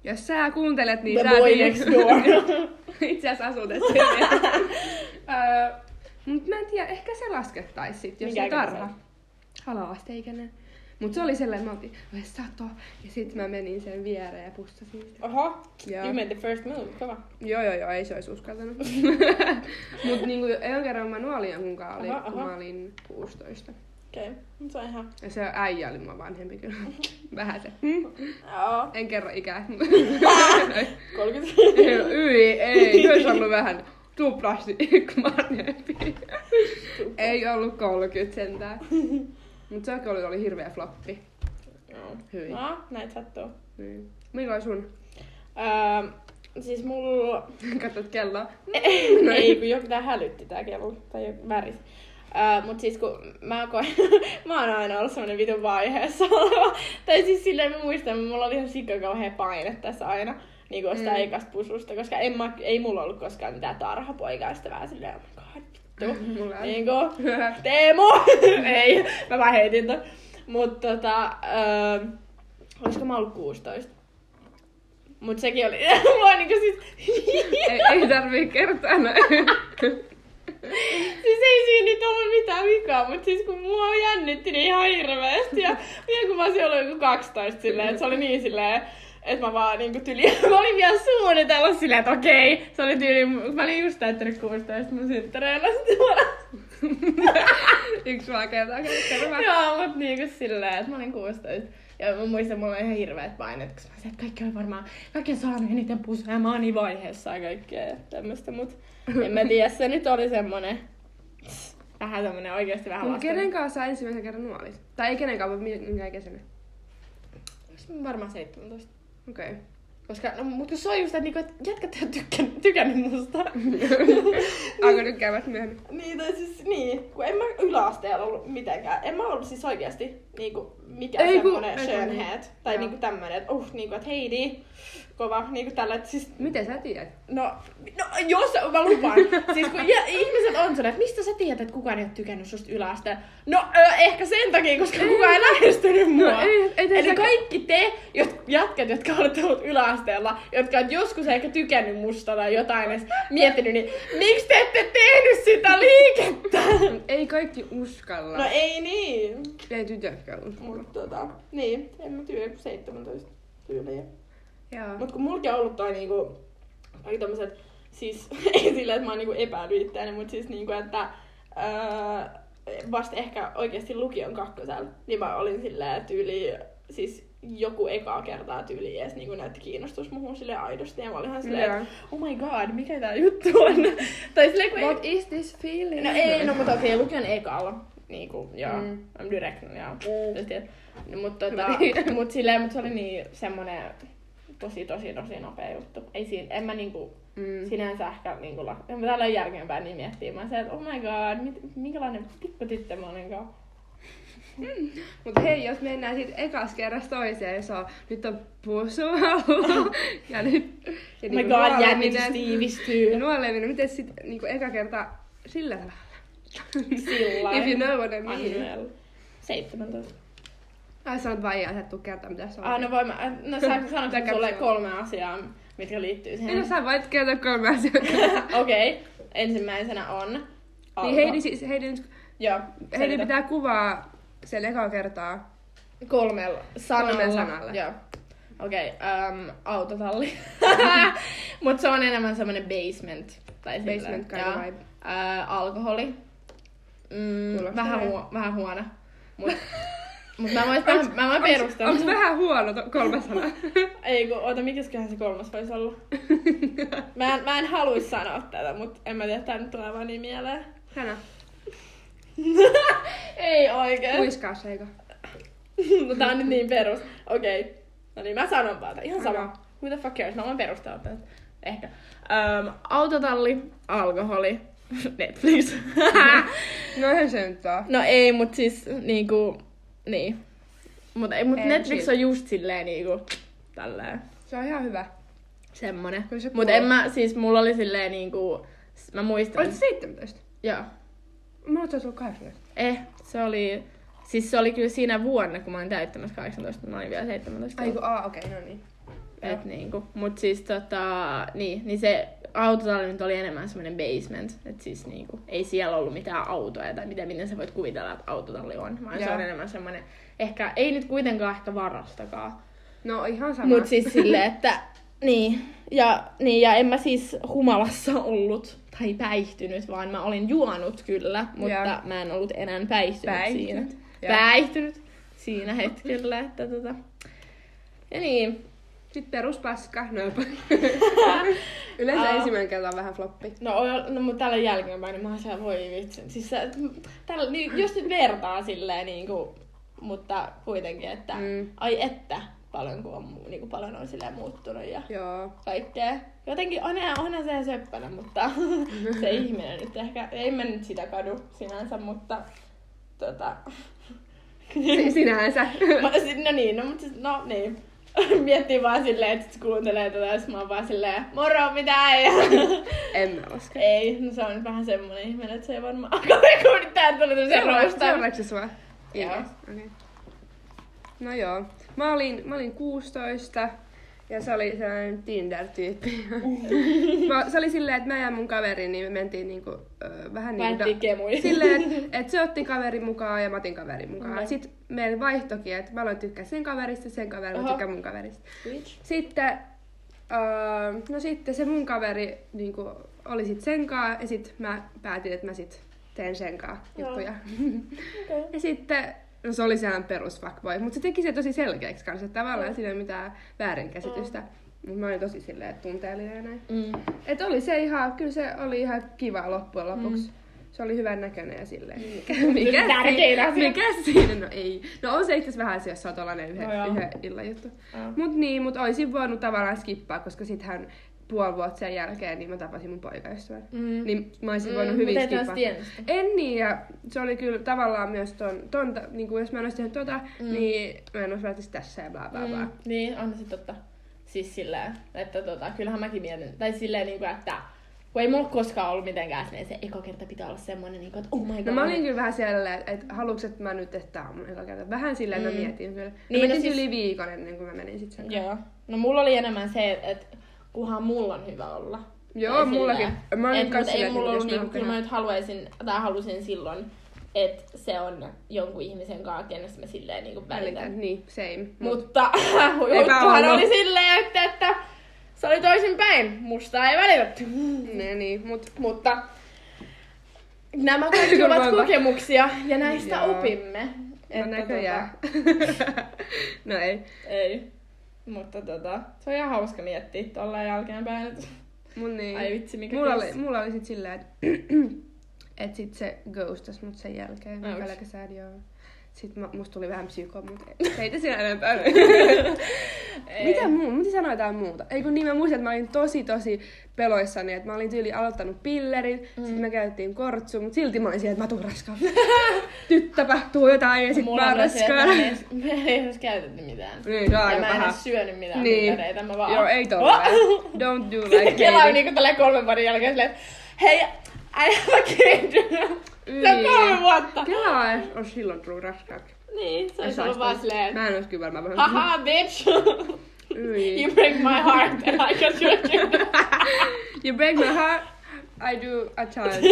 [SPEAKER 1] Jos sä kuuntelet, niin
[SPEAKER 2] The
[SPEAKER 1] sä
[SPEAKER 2] boy next door.
[SPEAKER 1] Itse asiassa asuu tässä. öö, mut mä en tiedä, ehkä se laskettais sit, jos
[SPEAKER 2] Mikä
[SPEAKER 1] se
[SPEAKER 2] ikä se
[SPEAKER 1] tarha.
[SPEAKER 2] on?
[SPEAKER 1] Halaasteikänä. Mut se oli sellainen, mä otin, "Oi sato. Ja sit mä menin sen viereen ja pussasin sitä.
[SPEAKER 2] Aha,
[SPEAKER 1] Joo.
[SPEAKER 2] you made the first move, kova.
[SPEAKER 1] Joo, joo, joo, ei se olisi uskaltanut. Mut niinku, ekan kerran mä nuolin jonkunkaan oli,
[SPEAKER 2] Aha,
[SPEAKER 1] kun
[SPEAKER 2] aha.
[SPEAKER 1] mä olin 16.
[SPEAKER 2] Okei, okay. se on ihan...
[SPEAKER 1] Ja se äijä oli mua vanhempi kyllä. Vähän se.
[SPEAKER 2] Hmm? Joo,
[SPEAKER 1] En kerro ikää.
[SPEAKER 2] 30.
[SPEAKER 1] Yi, ei, se olisi ollut vähän. tuplasti yksi magneetti. Ei ollut 30 sentää. Mut se oli, oli hirveä floppi.
[SPEAKER 2] Joo.
[SPEAKER 1] Hyi.
[SPEAKER 2] No, näitä sattuu.
[SPEAKER 1] Niin. Milloin sun?
[SPEAKER 2] Öö, siis mulla...
[SPEAKER 1] Katsot kelloa.
[SPEAKER 2] ei, kun joku tää hälytti tää kello. Tai joku väris. Öö, mut siis kun mä koen... mä oon aina ollut semmonen vitun vaiheessa oleva. Tai siis silleen mä muistan, mulla oli ihan sikka kauhea paine tässä aina. Niinku sitä
[SPEAKER 1] Mm.
[SPEAKER 2] mm. ekasta pususta, koska en mä, ei mulla ollut koskaan mitään tarhapoikaa. Sitä vähän silleen, oh my god, vittu.
[SPEAKER 1] Mulla on.
[SPEAKER 2] Niinku, Teemu! ei, mä vaan heitin ton. Mut tota, öö, olisiko mä ollut 16? Mut sekin oli, mulla on niinku siis,
[SPEAKER 1] ei, ei tarvii kertoa näin.
[SPEAKER 2] siis ei siinä nyt ollut mitään vikaa, mut siis kun mua jännitti niin ihan hirveesti ja vielä kun mä olisin ollut joku 12 silleen, että se oli niin silleen, että mä vaan niinku tyli, mä olin vielä suunnitellut silleen, että okei, se oli tyyli, mä olin just täyttänyt 16 mun synttäreillä sitten mä-
[SPEAKER 1] Yksi vaan kertaa kertaa.
[SPEAKER 2] Joo, mut niinku silleen, että mä olin 16. Ja mä muistan, mulla oli ihan hirveet paineet, koska mä sanoin, että kaikki on varmaan, kaikki on saanut eniten puseja, ja mä oon niin vaiheessa ja kaikkea ja tämmöstä, mut en mä tiedä, se nyt oli semmonen, vähän semmonen oikeesti vähän
[SPEAKER 1] Mut
[SPEAKER 2] lasten.
[SPEAKER 1] kenen kanssa sä ensimmäisen kerran nuolit? Tai ei kenen kanssa, mutta minkä ikäisenä?
[SPEAKER 2] Onks mä varmaan 17?
[SPEAKER 1] Okei.
[SPEAKER 2] Koska, no, mut kun se on just, että niinku, et jätkät ei oo tykän, tykännyt musta.
[SPEAKER 1] Alkoi tykkäämät myöhemmin.
[SPEAKER 2] niin, tai siis niin, kun en mä yläasteella ollut mitenkään. En mä ollut siis oikeasti niinku, mikä
[SPEAKER 1] Ei
[SPEAKER 2] ei,
[SPEAKER 1] kun-
[SPEAKER 2] semmonen
[SPEAKER 1] ei kun
[SPEAKER 2] schönhead.
[SPEAKER 1] niin.
[SPEAKER 2] Tai
[SPEAKER 1] Joo.
[SPEAKER 2] niinku tämmönen, että uh, niinku, että Heidi, kova, niinku tällä, että siis
[SPEAKER 1] Miten sä tiedät?
[SPEAKER 2] No, no jos mä lupaan. siis kun jä- ihmiset on sellainen, että mistä sä tiedät, että kukaan ei ole tykännyt susta yläasteella? No ö, ehkä sen takia, koska kukaan ei lähestynyt mua.
[SPEAKER 1] No ei, ei
[SPEAKER 2] Eli
[SPEAKER 1] tässä-
[SPEAKER 2] kaikki te jot, jatket, jotka olette ollut yläasteella, jotka on joskus ehkä tykännyt musta tai jotain edes miettinyt, niin miksi te ette tehnyt sitä liikettä?
[SPEAKER 1] Ei kaikki uskalla.
[SPEAKER 2] No ei niin.
[SPEAKER 1] Ei tytötkään uskalla.
[SPEAKER 2] Mutta tota, niin, en mä työ 17 tyyliin.
[SPEAKER 1] Joo.
[SPEAKER 2] Mut kun mulki on ollut toi niinku, kaikki tommoset, siis ei sillä, että mä oon niinku epäillyt itseäni, mut siis niinku, että ää, vasta ehkä oikeesti lukion kakkosella, niin mä olin sillä tyyli, siis joku ekaa kertaa tyyli edes niinku näytti kiinnostus muhun sille aidosti ja mä olin ihan silleen,
[SPEAKER 1] Joo.
[SPEAKER 2] yeah. oh my god, mikä tää juttu on? tai silleen, kun
[SPEAKER 1] What is this feeling?
[SPEAKER 2] No ei, no mutta okei, lukion ekalla. Niinku, joo.
[SPEAKER 1] Niin. Mm.
[SPEAKER 2] Mm. I'm direct, no joo. Mm. Mutta tota,
[SPEAKER 1] Hyvä.
[SPEAKER 2] mut silleen, mut se oli niin semmonen tosi, tosi, tosi nopea juttu. Ei siinä, en mä niinku
[SPEAKER 1] Mm.
[SPEAKER 2] sinänsä ehkä niinku, la- en mä täällä ole järkeenpäin niin miettiä. Mä se, että oh my god, mit, minkälainen pikku tyttö mä niin olinkaan.
[SPEAKER 1] Mut hei, jos mennään sit ekas kerrasta toiseen, ja se on, nyt on pusu alla. ja nyt... Ja
[SPEAKER 2] Oh my
[SPEAKER 1] niinku
[SPEAKER 2] god,
[SPEAKER 1] nuoleminen.
[SPEAKER 2] jännitys
[SPEAKER 1] Ja
[SPEAKER 2] tiivistyy.
[SPEAKER 1] nuoleminen, miten sit niinku eka kerta sillä tavalla?
[SPEAKER 2] Sillä
[SPEAKER 1] If you know what I mean.
[SPEAKER 2] 17.
[SPEAKER 1] Ai sanot vaijaa, sä et tuu kertoa mitä se on.
[SPEAKER 2] Ah, no voi mä, no sä sanotko
[SPEAKER 1] Takaa
[SPEAKER 2] sulle
[SPEAKER 1] sua.
[SPEAKER 2] kolme asiaa, mitkä liittyy siihen.
[SPEAKER 1] Ei, no sä voit kertoa kolme asiaa.
[SPEAKER 2] Okei, okay. ensimmäisenä on
[SPEAKER 1] Niin Heidi, siis, Heidi, nyt-
[SPEAKER 2] Joo,
[SPEAKER 1] Heidi
[SPEAKER 2] selitä.
[SPEAKER 1] pitää kuvaa sen ekaa kertaa.
[SPEAKER 2] kolmella sanalla.
[SPEAKER 1] Kolmella sanalla.
[SPEAKER 2] Joo. Okei, okay, um, autotalli. Mutta se on enemmän semmoinen basement. Tai sillä-
[SPEAKER 1] Basement kind
[SPEAKER 2] joo.
[SPEAKER 1] of vibe.
[SPEAKER 2] Ää, alkoholi. Mm,
[SPEAKER 1] Kuulostaa
[SPEAKER 2] vähän,
[SPEAKER 1] hyvä.
[SPEAKER 2] huo, vähän huono. Mut, mut mä voin, vähän, mä voin perustella.
[SPEAKER 1] Onks vähän huono to- kolme sanaa?
[SPEAKER 2] Ei kun, oota, mikäsköhän se kolmas voisi olla? mä en, mä en haluis sanoa tätä, mut en mä tiedä, tää nyt tulee vaan niin mieleen.
[SPEAKER 1] Sano.
[SPEAKER 2] Ei oikein.
[SPEAKER 1] Kuiskaus, eikö?
[SPEAKER 2] No tää on nyt niin perus. Okei. Okay. No niin, mä sanon vaan. tää. Ihan
[SPEAKER 1] Anna.
[SPEAKER 2] sama. Who the fuck cares? No, Mä voin perustella tämän. Ehkä. Um, autotalli, alkoholi, Netflix.
[SPEAKER 1] No eihän se nyt oo.
[SPEAKER 2] no ei, mut siis niinku... Niin. Mut, ei, mut
[SPEAKER 1] Ei, siis-
[SPEAKER 2] Netflix
[SPEAKER 1] chill.
[SPEAKER 2] on just silleen niinku... Tälleen.
[SPEAKER 1] Se on ihan hyvä.
[SPEAKER 2] Semmonen.
[SPEAKER 1] Kyllä se
[SPEAKER 2] Mut
[SPEAKER 1] kuuluu.
[SPEAKER 2] en mä, siis mulla oli silleen niinku... s- Mä muistan.
[SPEAKER 1] Olit 17?
[SPEAKER 2] Joo.
[SPEAKER 1] Mä oon tullut 18.
[SPEAKER 2] Eh, se oli... Siis se oli kyllä siinä vuonna, kun mä olin täyttämässä 18, mutta mä olin vielä 17.
[SPEAKER 1] Ai kun, aa, okei, no niin.
[SPEAKER 2] Et niinku, mut siis tota, niin, niin se autotalli nyt oli enemmän semmoinen basement, et siis niinku, ei siellä ollut mitään autoja tai miten, miten sä voit kuvitella, että autotalli on, vaan se
[SPEAKER 1] Joo.
[SPEAKER 2] on enemmän semmoinen, ehkä, ei nyt kuitenkaan ehkä varastakaan,
[SPEAKER 1] No ihan sama.
[SPEAKER 2] mut siis silleen, että niin, ja, niin, ja en mä siis humalassa ollut tai päihtynyt, vaan mä olin juonut kyllä, mutta
[SPEAKER 1] Joo.
[SPEAKER 2] mä en ollut enää päihtynyt, siinä.
[SPEAKER 1] Päihtynyt. Joo.
[SPEAKER 2] Päihtynyt siinä hetkellä, että tota, ja niin,
[SPEAKER 1] Sitten peruspaska, no jopa. Yleensä
[SPEAKER 2] Aa.
[SPEAKER 1] ensimmäinen kerta on vähän floppi.
[SPEAKER 2] No, o- no mutta tällä jälkeenpäin, niin mä siellä voi vitsi. Siis se, tällä, niin, jos nyt vertaa silleen, niin kuin, mutta kuitenkin, että
[SPEAKER 1] Mm.
[SPEAKER 2] mm. ai että paljon, kun on, mu- niin kuin paljon on silleen muuttunut ja
[SPEAKER 1] Joo.
[SPEAKER 2] kaikkea. Jotenkin on onhan se söppänä, mutta se ihminen nyt ehkä, ei mä nyt sitä kadu sinänsä, mutta tota...
[SPEAKER 1] Si- sinänsä.
[SPEAKER 2] Mä, sit, no niin, no, mutta siis, no niin. Miettii vaan silleen, että sit kuuntelee tätä, jos mä oon vaan silleen, moro, mitä ei.
[SPEAKER 1] en mä usko.
[SPEAKER 2] ei, no se on vähän semmonen ihminen, että se ei varmaan alkaa kun tää tuli tämmösen roostaan.
[SPEAKER 1] Seuraavaksi sua.
[SPEAKER 2] Joo.
[SPEAKER 1] Ilmeisesti, Okei. No joo. Mä olin, mä olin 16 ja se oli sellainen Tinder-tyyppi. mä, se oli silleen, että mä ja mun kaveri, niin me mentiin niinku, ö, vähän niinku...
[SPEAKER 2] Päättiin kemuja.
[SPEAKER 1] Silleen, että- että se otti kaverin mukaan ja mä otin kaverin mukaan.
[SPEAKER 2] Mm.
[SPEAKER 1] Sitten meillä vaihtokin, että mä aloin tykkää sen kaverista, sen kaveri
[SPEAKER 2] Oho.
[SPEAKER 1] tykkää mun kaverista. Sitten, öö, no sitten se mun kaveri niin kuin, oli sit sen kaa, ja sit mä päätin, että mä sit teen sen kaa
[SPEAKER 2] Joo.
[SPEAKER 1] juttuja.
[SPEAKER 2] Okei.
[SPEAKER 1] ja sitten, no se oli sehän perus fuckboy, mutta se teki se tosi selkeäksi kanssa, että tavallaan siinä ei ole mitään väärinkäsitystä. Mut mä olin tosi silleen tunteellinen ja näin.
[SPEAKER 2] Mm.
[SPEAKER 1] Et oli se ihan, kyllä se oli ihan kiva loppujen
[SPEAKER 2] Mm.
[SPEAKER 1] lopuksi. Se oli hyvän näköinen ja silleen. Mikä,
[SPEAKER 2] Niin. Tärkein
[SPEAKER 1] siinä,
[SPEAKER 2] asia.
[SPEAKER 1] mikä siinä? No ei. No on se itse asiassa vähän se, jos sä oot tollanen yhden,
[SPEAKER 2] No joo.
[SPEAKER 1] yhden illan juttu.
[SPEAKER 2] Joo.
[SPEAKER 1] Mut niin, mut oisin voinut tavallaan skippaa, koska sit hän puoli vuotta sen jälkeen, niin mä tapasin mun poikaystävän.
[SPEAKER 2] Mm.
[SPEAKER 1] Niin mä olisin
[SPEAKER 2] Mm,
[SPEAKER 1] voinut
[SPEAKER 2] mut
[SPEAKER 1] hyvin
[SPEAKER 2] et ois
[SPEAKER 1] skippaa.
[SPEAKER 2] tiennyt sitä.
[SPEAKER 1] En niin, ja se oli kyllä tavallaan myös ton, ton niin kuin jos mä en ois tehnyt tota,
[SPEAKER 2] Mm.
[SPEAKER 1] niin mä en ois välttämättä tässä ja bla bla bla.
[SPEAKER 2] Mm, niin, on se totta. Siis silleen, että tota, kyllähän mäkin mietin, tai silleen niinku, että kun ei mulla koskaan ollut mitenkään silleen, se eka kerta pitää olla semmonen, niinku, että oh my god.
[SPEAKER 1] No mä olin kyllä vähän siellä, että et, haluuks, että mä nyt, että tää on mun eka kerta. Vähän sillä mm. mä
[SPEAKER 2] Mm.
[SPEAKER 1] mietin kyllä. Niin,
[SPEAKER 2] Niin,
[SPEAKER 1] mä
[SPEAKER 2] no
[SPEAKER 1] mietin
[SPEAKER 2] siis-
[SPEAKER 1] siis... yli viikon ennen kuin mä menin sit sen.
[SPEAKER 2] Joo. No mulla oli enemmän se, että kunhan mulla on hyvä olla.
[SPEAKER 1] Joo,
[SPEAKER 2] Tai
[SPEAKER 1] mullakin.
[SPEAKER 2] silleen,
[SPEAKER 1] Mä olin
[SPEAKER 2] et,
[SPEAKER 1] kans
[SPEAKER 2] mut
[SPEAKER 1] silleen,
[SPEAKER 2] ei mulla
[SPEAKER 1] että jos
[SPEAKER 2] ollut,
[SPEAKER 1] mä
[SPEAKER 2] niinku,
[SPEAKER 1] oon
[SPEAKER 2] kyllä mä
[SPEAKER 1] tehnyt-
[SPEAKER 2] nyt haluaisin, tai halusin silloin, että se on jonkun ihmisen kanssa, kenestä mä silleen niinku välitän.
[SPEAKER 1] Välitän. Niin, same.
[SPEAKER 2] Mutta juttuhan
[SPEAKER 1] ollut.
[SPEAKER 2] oli silleen, että, että se oli toisin päin. Musta ei välitetty.
[SPEAKER 1] Ne, niin, mut
[SPEAKER 2] Mutta nämä kaikki
[SPEAKER 1] Kyllä
[SPEAKER 2] ovat
[SPEAKER 1] vaan-
[SPEAKER 2] kokemuksia ja näistä
[SPEAKER 1] Joo.
[SPEAKER 2] opimme.
[SPEAKER 1] no näköjään. no ei.
[SPEAKER 2] Tota, ei. Mutta tota, se on ihan hauska miettiä tuolla jälkeenpäin. että
[SPEAKER 1] Mut niin.
[SPEAKER 2] Ai vitsi, mikä
[SPEAKER 1] mulla, oli,
[SPEAKER 2] keissi.
[SPEAKER 1] mulla oli sit sillä, että et sit se ghostas mut sen jälkeen.
[SPEAKER 2] Ouch.
[SPEAKER 1] Tällä kesän, joo. Sitten mä, musta tuli vähän psyko, mutta se ei siinä enempää.
[SPEAKER 2] Ei.
[SPEAKER 1] Mitä muu? Mitä sanoa jotain muuta? Ei kun niin, mä muistan, että mä olin tosi tosi peloissani, että mä olin tyyli aloittanut pillerin, mm. sitten me käytiin kortsu, mutta silti mä olin siellä, että mä tuun raskaan. Nyt tapahtuu jotain ja sitten
[SPEAKER 2] Mulla niin
[SPEAKER 1] mä oon
[SPEAKER 2] on se, että mä
[SPEAKER 1] raskaana.
[SPEAKER 2] en edes- mä en edes käytetty mitään.
[SPEAKER 1] Niin, se on
[SPEAKER 2] ja
[SPEAKER 1] aika
[SPEAKER 2] mä en
[SPEAKER 1] paha.
[SPEAKER 2] edes syönyt mitään
[SPEAKER 1] Niin.
[SPEAKER 2] niin. pillereitä, mä vaan...
[SPEAKER 1] Joo, ei tolleen. Don't do like
[SPEAKER 2] Kela on
[SPEAKER 1] baby.
[SPEAKER 2] niinku tälleen kolmen vuoden jälkeen silleen, että hei, I have a kid. se on
[SPEAKER 1] Yli.
[SPEAKER 2] kolme vuotta.
[SPEAKER 1] Kela on- on silloin tullut raskaaksi.
[SPEAKER 2] Niin, se
[SPEAKER 1] En
[SPEAKER 2] olisi
[SPEAKER 1] saisi
[SPEAKER 2] ollut vaan
[SPEAKER 1] tulla.
[SPEAKER 2] silleen,
[SPEAKER 1] Mä en olisi kyllä varmaan vähän. Mm, niin.
[SPEAKER 2] haha, bitch.
[SPEAKER 1] Yi.
[SPEAKER 2] you break my heart and I got you a kid.
[SPEAKER 1] You break my heart, I do a child.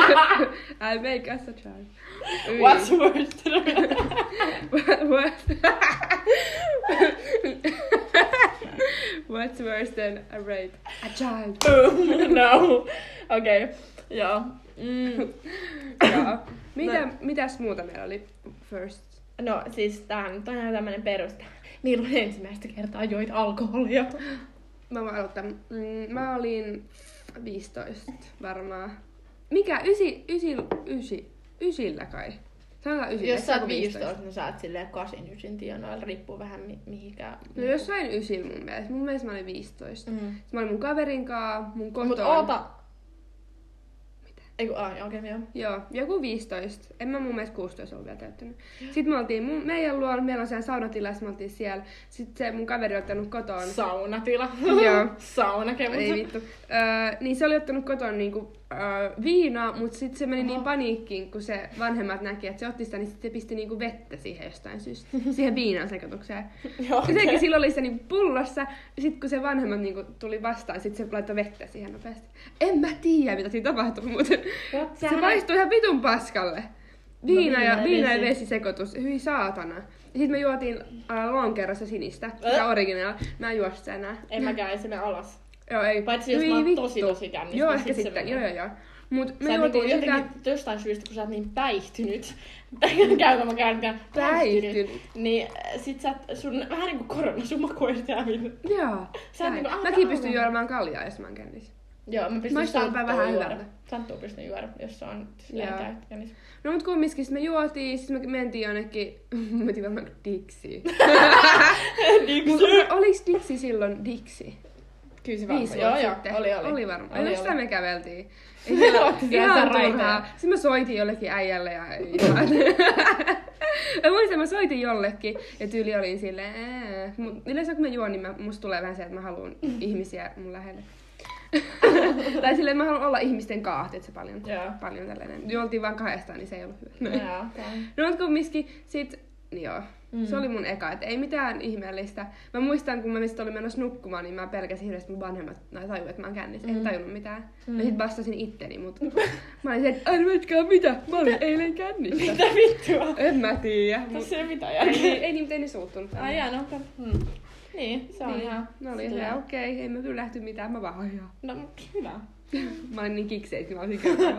[SPEAKER 1] I make us a child. Yi.
[SPEAKER 2] What's worse?
[SPEAKER 1] What? What's worse than a rape? A child.
[SPEAKER 2] Boom. no. Okei. Okay. Joo. Mm.
[SPEAKER 1] Joo. Mitä,
[SPEAKER 2] No.
[SPEAKER 1] mitäs muuta meillä oli first?
[SPEAKER 2] No siis tää nyt on ihan tämmönen perusta. Milloin ensimmäistä kertaa joit alkoholia?
[SPEAKER 1] Mä voin aloittaa. Mm, Mä olin 15 varmaan. Mikä? Ysi, ysi, ysi, ysillä kai. Sanotaan ysillä.
[SPEAKER 2] Jos sä oot
[SPEAKER 1] joku
[SPEAKER 2] 15, niin sä oot silleen 89 tienoilla, riippuu vähän mi- mihinkään.
[SPEAKER 1] No jossain ysillä mun mielestä. Mun mielestä mä olin 15. Mm.
[SPEAKER 2] Mm.
[SPEAKER 1] Mä olin mun kaverin kaa, mun kotona.
[SPEAKER 2] Mut oota.
[SPEAKER 1] Mitä?
[SPEAKER 2] Ei kun, ai, okei, okay, joo.
[SPEAKER 1] Joo, joku 15. En mä mun mielestä 16 ollut vielä täyttänyt. Sitten me oltiin mun, meidän luona, meillä on siellä saunatilassa, me oltiin siellä. Sitten se mun kaveri oli ottanut kotoon.
[SPEAKER 2] Saunatila.
[SPEAKER 1] Joo.
[SPEAKER 2] Saunakemus.
[SPEAKER 1] Ei vittu. Öö, niin se oli ottanut koton niinku, öö, viinaa, mutta sitten se meni Oho. niin paniikkiin, kun se vanhemmat näki, että se otti sitä, niin sitten se pisti niinku vettä siihen jostain syystä. Siihen viinan sekoitukseen.
[SPEAKER 2] Joo,
[SPEAKER 1] Ja
[SPEAKER 2] okei.
[SPEAKER 1] sekin silloin oli se niinku pullossa, ja sitten kun se vanhemmat niinku tuli vastaan, sitten se laittoi vettä siihen nopeasti. En mä tiedä, mitä siinä tapahtui, mutta
[SPEAKER 2] What?
[SPEAKER 1] se
[SPEAKER 2] Sehän-
[SPEAKER 1] vaihtui ihan vitun paskalle. Viina,
[SPEAKER 2] No,
[SPEAKER 1] ja,
[SPEAKER 2] viina ja
[SPEAKER 1] viina ja
[SPEAKER 2] vesi.
[SPEAKER 1] vesisekoitus, hyi saatana. Ja sitten me juotiin äh, lonkerossa sinistä, mikä
[SPEAKER 2] Äh.
[SPEAKER 1] original. Mä en juo sitä enää.
[SPEAKER 2] En mäkään, ei se mene alas.
[SPEAKER 1] Joo, ei.
[SPEAKER 2] Paitsi jos
[SPEAKER 1] Hyi
[SPEAKER 2] mä oon
[SPEAKER 1] vittu.
[SPEAKER 2] tosi tosi kännissä.
[SPEAKER 1] Joo,
[SPEAKER 2] niin
[SPEAKER 1] ehkä
[SPEAKER 2] se
[SPEAKER 1] sitten.
[SPEAKER 2] menee.
[SPEAKER 1] Joo, joo, joo. Mut
[SPEAKER 2] Sä
[SPEAKER 1] me
[SPEAKER 2] oot niinku
[SPEAKER 1] juotiin sitä
[SPEAKER 2] jotenkin jostain syystä, kun sä oot niin päihtynyt, käytä mä käännän päihtynyt,
[SPEAKER 1] päihtynyt.
[SPEAKER 2] niin äh, sit sä, oot- sun vähän niinku korona, sun maku ei tää mitään.
[SPEAKER 1] Joo.
[SPEAKER 2] Sä oot
[SPEAKER 1] näin.
[SPEAKER 2] niinku aika
[SPEAKER 1] Mäkin pystyn
[SPEAKER 2] aivan-
[SPEAKER 1] juomaan kaljaa, jos mä oon kännissä.
[SPEAKER 2] Joo, mä pystyn
[SPEAKER 1] Maistuu
[SPEAKER 2] santtua
[SPEAKER 1] vähän
[SPEAKER 2] juoda.
[SPEAKER 1] hyvältä.
[SPEAKER 2] Santtua pystyn juoda, jos se on
[SPEAKER 1] Joo.
[SPEAKER 2] silleen täyttä. Niin
[SPEAKER 1] No mut kumminkin, sit me juotiin, sit me mentiin jonnekin, mä otin varmaan Dixiin. Mut
[SPEAKER 2] se-
[SPEAKER 1] oliks Dixi silloin Dixi?
[SPEAKER 2] Niin Kyllä se
[SPEAKER 1] Viisi
[SPEAKER 2] varmaan.
[SPEAKER 1] vuotta
[SPEAKER 2] Joo, joo,
[SPEAKER 1] sitten.
[SPEAKER 2] oli, oli.
[SPEAKER 1] Oli varmaan.
[SPEAKER 2] Oli,
[SPEAKER 1] Oli, sitä
[SPEAKER 2] oli.
[SPEAKER 1] me käveltiin.
[SPEAKER 2] Me oltiin siellä
[SPEAKER 1] ihan
[SPEAKER 2] raiteilla.
[SPEAKER 1] turhaa. Sitten mä soitin jollekin äijälle ja... ja mä muistan, mä soitin jollekin ja tyyli oli silleen... "Ää." Mut yleensä kun mä juon, niin mä, musta tulee vähän se, että mä haluan
[SPEAKER 2] Mm.
[SPEAKER 1] ihmisiä mun lähelle. tai silleen mä haluan olla ihmisten kaa, että se paljon,
[SPEAKER 2] Joo.
[SPEAKER 1] paljon tällainen. Juoltiin vaan kahdestaan, niin se ei ollut hyvä.
[SPEAKER 2] Joo, tää on-
[SPEAKER 1] No mut kumminkin, sit, niin joo, mm. se
[SPEAKER 2] Mm.
[SPEAKER 1] oli mun eka, et ei mitään ihmeellistä. Mä muistan, kun mä mistä olin menossa nukkumaan, niin mä pelkäsin hirveästi mun vanhemmat tai tajuu, että mä oon kännissä. Mm. En
[SPEAKER 2] Mm.
[SPEAKER 1] tajunnut mitään. Mm.
[SPEAKER 2] Mm.
[SPEAKER 1] Mä sit vastasin itteni, mut mä olin se, että arvatkaa mitä, mä olin eilen kännissä.
[SPEAKER 2] Mitä vittua?
[SPEAKER 1] en mä tiedä. Mut...
[SPEAKER 2] Tässä ei ole mitään
[SPEAKER 1] ei,
[SPEAKER 2] järkeä.
[SPEAKER 1] ei, niin, mut ei ne suuttunut.
[SPEAKER 2] Ai jaa, no. mm. Niin, se on
[SPEAKER 1] niin.
[SPEAKER 2] ihan...
[SPEAKER 1] No oli
[SPEAKER 2] silleen-
[SPEAKER 1] se, okei, okay, ei me kyllä lähty mitään, mä vaan hajaa.
[SPEAKER 2] No, mutta hyvä.
[SPEAKER 1] Mä olin niin kikseet, kun mä olisin kännissä.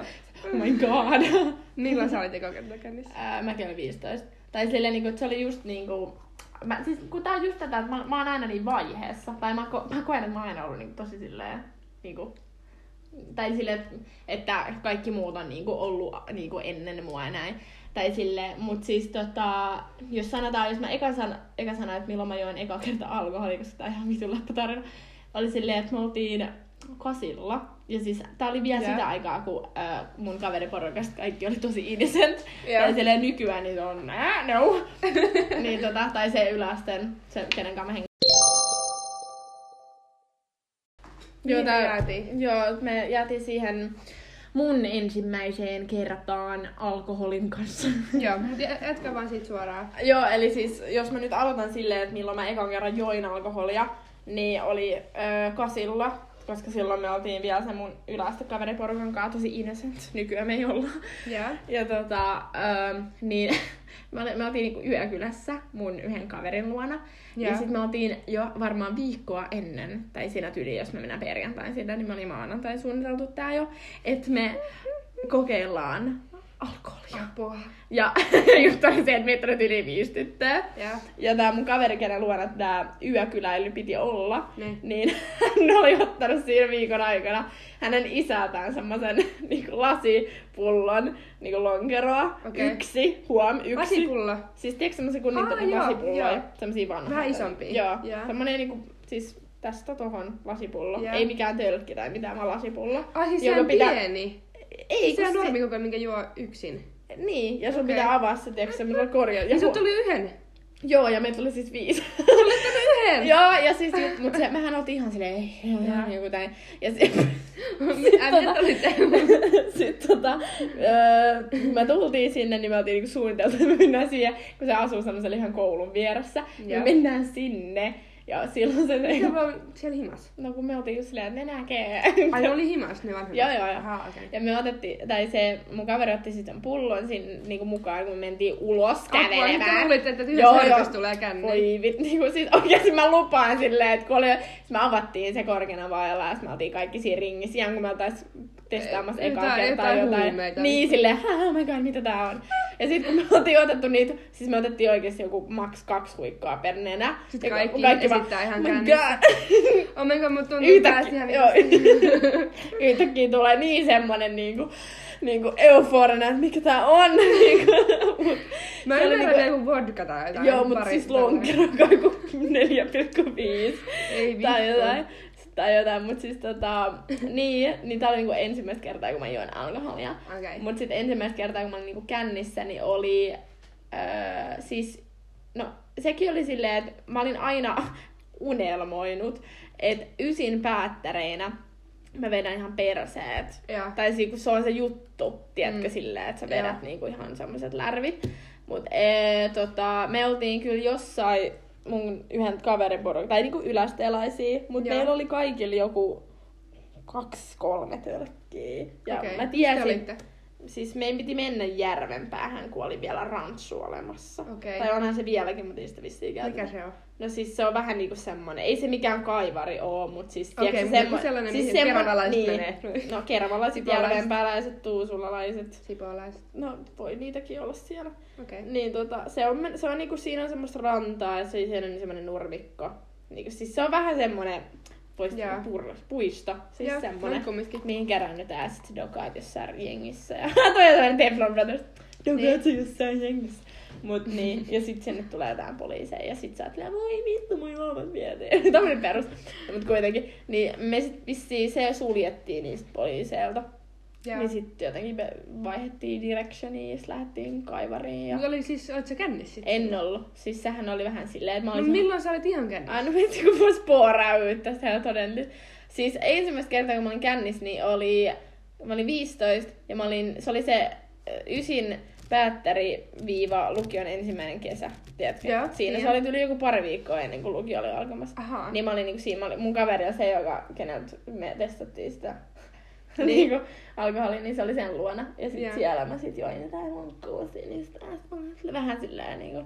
[SPEAKER 2] Oh my god.
[SPEAKER 1] Milloin sä olit eka kertaa kännissä?
[SPEAKER 2] Ää, mäkin olin 15. Tai silleen, niinku, että se oli just niinku... Mä, siis, kun tää on just tätä, että mä, mä oon aina niin vaiheessa. Tai mä, ko- mä koen, että mä oon aina ollut niinku, tosi silleen... Niinku, tai silleen, että- että kaikki muut on niinku, ollut niinku, ennen mua ja näin. Tai sille, mut siis tota, jos sanotaan, jos mä ekan san, eka sanon, että milloin mä join eka kerta alkoholia, koska tää on ihan vitun tarina, oli silleen, että me oltiin kasilla. Ja siis tää oli vielä
[SPEAKER 1] Joo.
[SPEAKER 2] sitä aikaa, kun äh, mun kaveriporukasta kaikki oli tosi innocent.
[SPEAKER 1] Joo.
[SPEAKER 2] Ja silleen nykyään niin se on, "Ää, no. niin tota, tai se yläasteen, se kenen kanssa mä hengin.
[SPEAKER 1] Mihin
[SPEAKER 2] tää-
[SPEAKER 1] Niin, me jäätiin?
[SPEAKER 2] Joo, me jäätiin siihen mun ensimmäiseen kertaan alkoholin kanssa.
[SPEAKER 1] Joo, mut jatka vaan siitä suoraan.
[SPEAKER 2] Joo, eli siis jos mä nyt aloitan silleen, että milloin mä ekan kerran join alkoholia, niin oli öö, kasilla, koska silloin me oltiin vielä se mun yläastekaveriporukan kanssa tosi innocent. Nykyään me ei olla.
[SPEAKER 1] Joo.
[SPEAKER 2] Ja tota, öö, niin me, oli, me oltiin niinku yökylässä mun yhden kaverin luona. Ja,
[SPEAKER 1] Joo.
[SPEAKER 2] ja sitten me oltiin jo varmaan viikkoa ennen, tai siinä tyyliin, jos me mennään perjantain sinne, niin me oli maanantai suunniteltu tää jo, että me kokeillaan alkoholia.
[SPEAKER 1] Apua.
[SPEAKER 2] Ja just oli se, että meitä oli yli viisi tyttöä.
[SPEAKER 1] Joo.
[SPEAKER 2] Ja tää mun kaveri, kenen luona tää yökyläily piti olla,
[SPEAKER 1] Niin.
[SPEAKER 2] niin hän oli ottanut siinä viikon aikana hänen isältään semmoisen niinku lasipullon niinku lonkeroa.
[SPEAKER 1] Okei.
[SPEAKER 2] Yksi, huom, yksi.
[SPEAKER 1] Lasipullo.
[SPEAKER 2] Siis tiedätkö semmosia kun
[SPEAKER 1] Aa,
[SPEAKER 2] niitä
[SPEAKER 1] joo,
[SPEAKER 2] on
[SPEAKER 1] joo.
[SPEAKER 2] lasipulloja, semmosia vanhoja.
[SPEAKER 1] Vähän isompia.
[SPEAKER 2] Joo,
[SPEAKER 1] Joo.
[SPEAKER 2] semmonen niinku, siis tästä tohon lasipullo.
[SPEAKER 1] Joo.
[SPEAKER 2] Ei mikään tölkki tai mitään, vaan lasipullo.
[SPEAKER 1] Ai siis
[SPEAKER 2] jonka
[SPEAKER 1] se on pieni.
[SPEAKER 2] Ei,
[SPEAKER 1] se on
[SPEAKER 2] kun se-
[SPEAKER 1] normikoko, minkä juo yksin.
[SPEAKER 2] Niin, ja sun
[SPEAKER 1] Okei. no.
[SPEAKER 2] pitää avaa se, tiedätkö, semmoisella korjalla.
[SPEAKER 1] Ja sun tuli yhden.
[SPEAKER 2] Joo, ja meitä oli siis viisi.
[SPEAKER 1] Yhden!
[SPEAKER 2] Joo, ja siis, ju- mut se, mehän oltiin ihan silleen, ei, ei, ei, joku tän. Ja sitten
[SPEAKER 1] Mitä
[SPEAKER 2] tota-
[SPEAKER 1] olitte?
[SPEAKER 2] sit, tota, öö, kun me tultiin sinne, niin me oltiin niinku suunniteltu, että me mennään siihen, kun se asuu semmoisella ihan koulun vieressä. Ja.
[SPEAKER 1] Joo.
[SPEAKER 2] Me mennään sinne, ja silloin se,
[SPEAKER 1] Se on vaan siellä himas.
[SPEAKER 2] no kun me oltiin just silleen, että ne näkee.
[SPEAKER 1] Ai ne oli himas ne vanhemmat?
[SPEAKER 2] Joo, joo, joo.
[SPEAKER 1] Aha, okei.
[SPEAKER 2] Ja me otettiin, tai se, mun kaveri otti sitten pullon sinne niinku mukaan, kun me mentiin ulos
[SPEAKER 1] Apua, nyt te
[SPEAKER 2] kävelemään.
[SPEAKER 1] luulitte, että
[SPEAKER 2] Joo,
[SPEAKER 1] yhdessä hörpössä
[SPEAKER 2] joo.
[SPEAKER 1] tulee känni.
[SPEAKER 2] Voi vit, niinku siis oikeesti mä lupaan silleen, että kun oli, sit me avattiin se korkeana vailla ja sit me oltiin kaikki siinä ringissä, ihan kun me oltais testaamassa
[SPEAKER 1] Jotain-
[SPEAKER 2] ekaa kertaa
[SPEAKER 1] jotain
[SPEAKER 2] jotain.
[SPEAKER 1] huumeita.
[SPEAKER 2] Niin silleen, "Hä, oh my god, mitä tää on? Ja sit kun me oltiin otettu niitä, siis me otettiin oikeesti joku maks kaksi huikkaa per nenä.
[SPEAKER 1] Sitten
[SPEAKER 2] Ja
[SPEAKER 1] kaikki
[SPEAKER 2] vaan,
[SPEAKER 1] esittää ihan
[SPEAKER 2] "Oh my
[SPEAKER 1] kännissä."
[SPEAKER 2] god."
[SPEAKER 1] Omenko Oh mut tuntuu päästä
[SPEAKER 2] Yhtäkkiä,
[SPEAKER 1] ihan
[SPEAKER 2] joo,
[SPEAKER 1] vitsi.
[SPEAKER 2] yhtäkkiä tulee niin semmonen niinku, niinku euforinen, että mikä tää on. Niinku, mut
[SPEAKER 1] Mä
[SPEAKER 2] se oli
[SPEAKER 1] ymmärrän niinku... joku vodka tai jotain.
[SPEAKER 2] Joo, mutta
[SPEAKER 1] pari-
[SPEAKER 2] siis lonkero on kai joku 4,5
[SPEAKER 1] Ei vittu.
[SPEAKER 2] tai jotain. Tai jotain, mutta siis tota, niin, niin tää oli niinku ensimmäistä kertaa, kun mä juon alkoholia.
[SPEAKER 1] Okei.
[SPEAKER 2] Mut sitten ensimmäistä kertaa, kun mä olin niinku kännissä, niin oli öö, siis, no sekin oli silleen, että mä olin aina unelmoinut, että ysin päättäreinä mä vedän ihan perseet.
[SPEAKER 1] Joo.
[SPEAKER 2] Tai siis, kun se on se juttu, tiedätkö,
[SPEAKER 1] Mm.
[SPEAKER 2] mm. silleen, että sä
[SPEAKER 1] Joo.
[SPEAKER 2] vedät niinku ihan semmoiset lärvit. Mut ee, tota, me oltiin kyllä jossain mun yhden kaveriporukan, tai niinku ylästelaisia, mut
[SPEAKER 1] Joo.
[SPEAKER 2] meillä oli kaikilla joku kaksi, kolme tölkkiä. Ja
[SPEAKER 1] Okei,
[SPEAKER 2] mä
[SPEAKER 1] missä te
[SPEAKER 2] tiesin,
[SPEAKER 1] olitte?
[SPEAKER 2] siis meidän piti mennä järven päähän, kun oli vielä rantsu olemassa.
[SPEAKER 1] Okei.
[SPEAKER 2] Tai onhan se vieläkin, mutta ei sitä vissiin käytetä.
[SPEAKER 1] Mikä se on?
[SPEAKER 2] No siis se on vähän niinku semmonen, ei se mikään kaivari oo, mut siis...
[SPEAKER 1] Okei,
[SPEAKER 2] tiedätkö, siis
[SPEAKER 1] mutta joku sellainen, mihin keravalaiset menee.
[SPEAKER 2] No keravalaiset,
[SPEAKER 1] Sipoolaiset.
[SPEAKER 2] järvenpäläiset, tuusulalaiset.
[SPEAKER 1] Sipoolaiset.
[SPEAKER 2] No voi niitäkin olla siellä.
[SPEAKER 1] Okei. Okay.
[SPEAKER 2] Niin tota, se on, men- se on niinku, siinä on semmoista rantaa ja se ei siellä on semmoinen nurmikko. Niinku, siis se on vähän semmoinen, voisi
[SPEAKER 1] Joo.
[SPEAKER 2] pur- puisto, siis
[SPEAKER 1] Joo,
[SPEAKER 2] semmonen,
[SPEAKER 1] no kumminkin.
[SPEAKER 2] mihin kerännytään sit sä dokaat jossain jengissä. Ja toi on semmoinen Teflon Brothers, Niin. dokaat sä jossain jengissä. Mut niin, ja sit sinne tulee jotain poliiseja ja sit sä oot silleen, voi vittu, mun juomat vietiin. Tämmönen perus, mut kuitenkin. Niin me sit vissiin se suljettiin niistä poliiseilta.
[SPEAKER 1] Joo.
[SPEAKER 2] Niin sitten jotenkin me vaihdettiin directioniin ja sit lähdettiin kaivariin. Ja...
[SPEAKER 1] Mutta oli siis, oot sä kännissä sitten?
[SPEAKER 2] En ollut. Siis sehän oli vähän silleen, että mä
[SPEAKER 1] No
[SPEAKER 2] olin... no,
[SPEAKER 1] milloin sä olit ihan kännissä?
[SPEAKER 2] Aina vitsi, kun vois pooraa yhtä, sehän on todellista. Siis ensimmäistä kertaa, kun mä olin kännissä, niin oli... Mä olin 15 ja mä olin... Se oli se ö, ysin päättäri viiva lukion ensimmäinen kesä, tiedätkö?
[SPEAKER 1] Joo,
[SPEAKER 2] Siinä se
[SPEAKER 1] joo.
[SPEAKER 2] oli tuli joku pari viikkoa ennen kuin lukio oli alkamassa.
[SPEAKER 1] Ahaa.
[SPEAKER 2] Niin mä olin niinku siinä, mä olin, mun kaveri on se, joka, keneltä me testattiin sitä niinku alkoholi, niin se oli sen luona. Ja sit
[SPEAKER 1] Joo.
[SPEAKER 2] siellä mä sit join jotain lunkkuu sinistä. Ja sit mä olin sille vähän silleen niinku...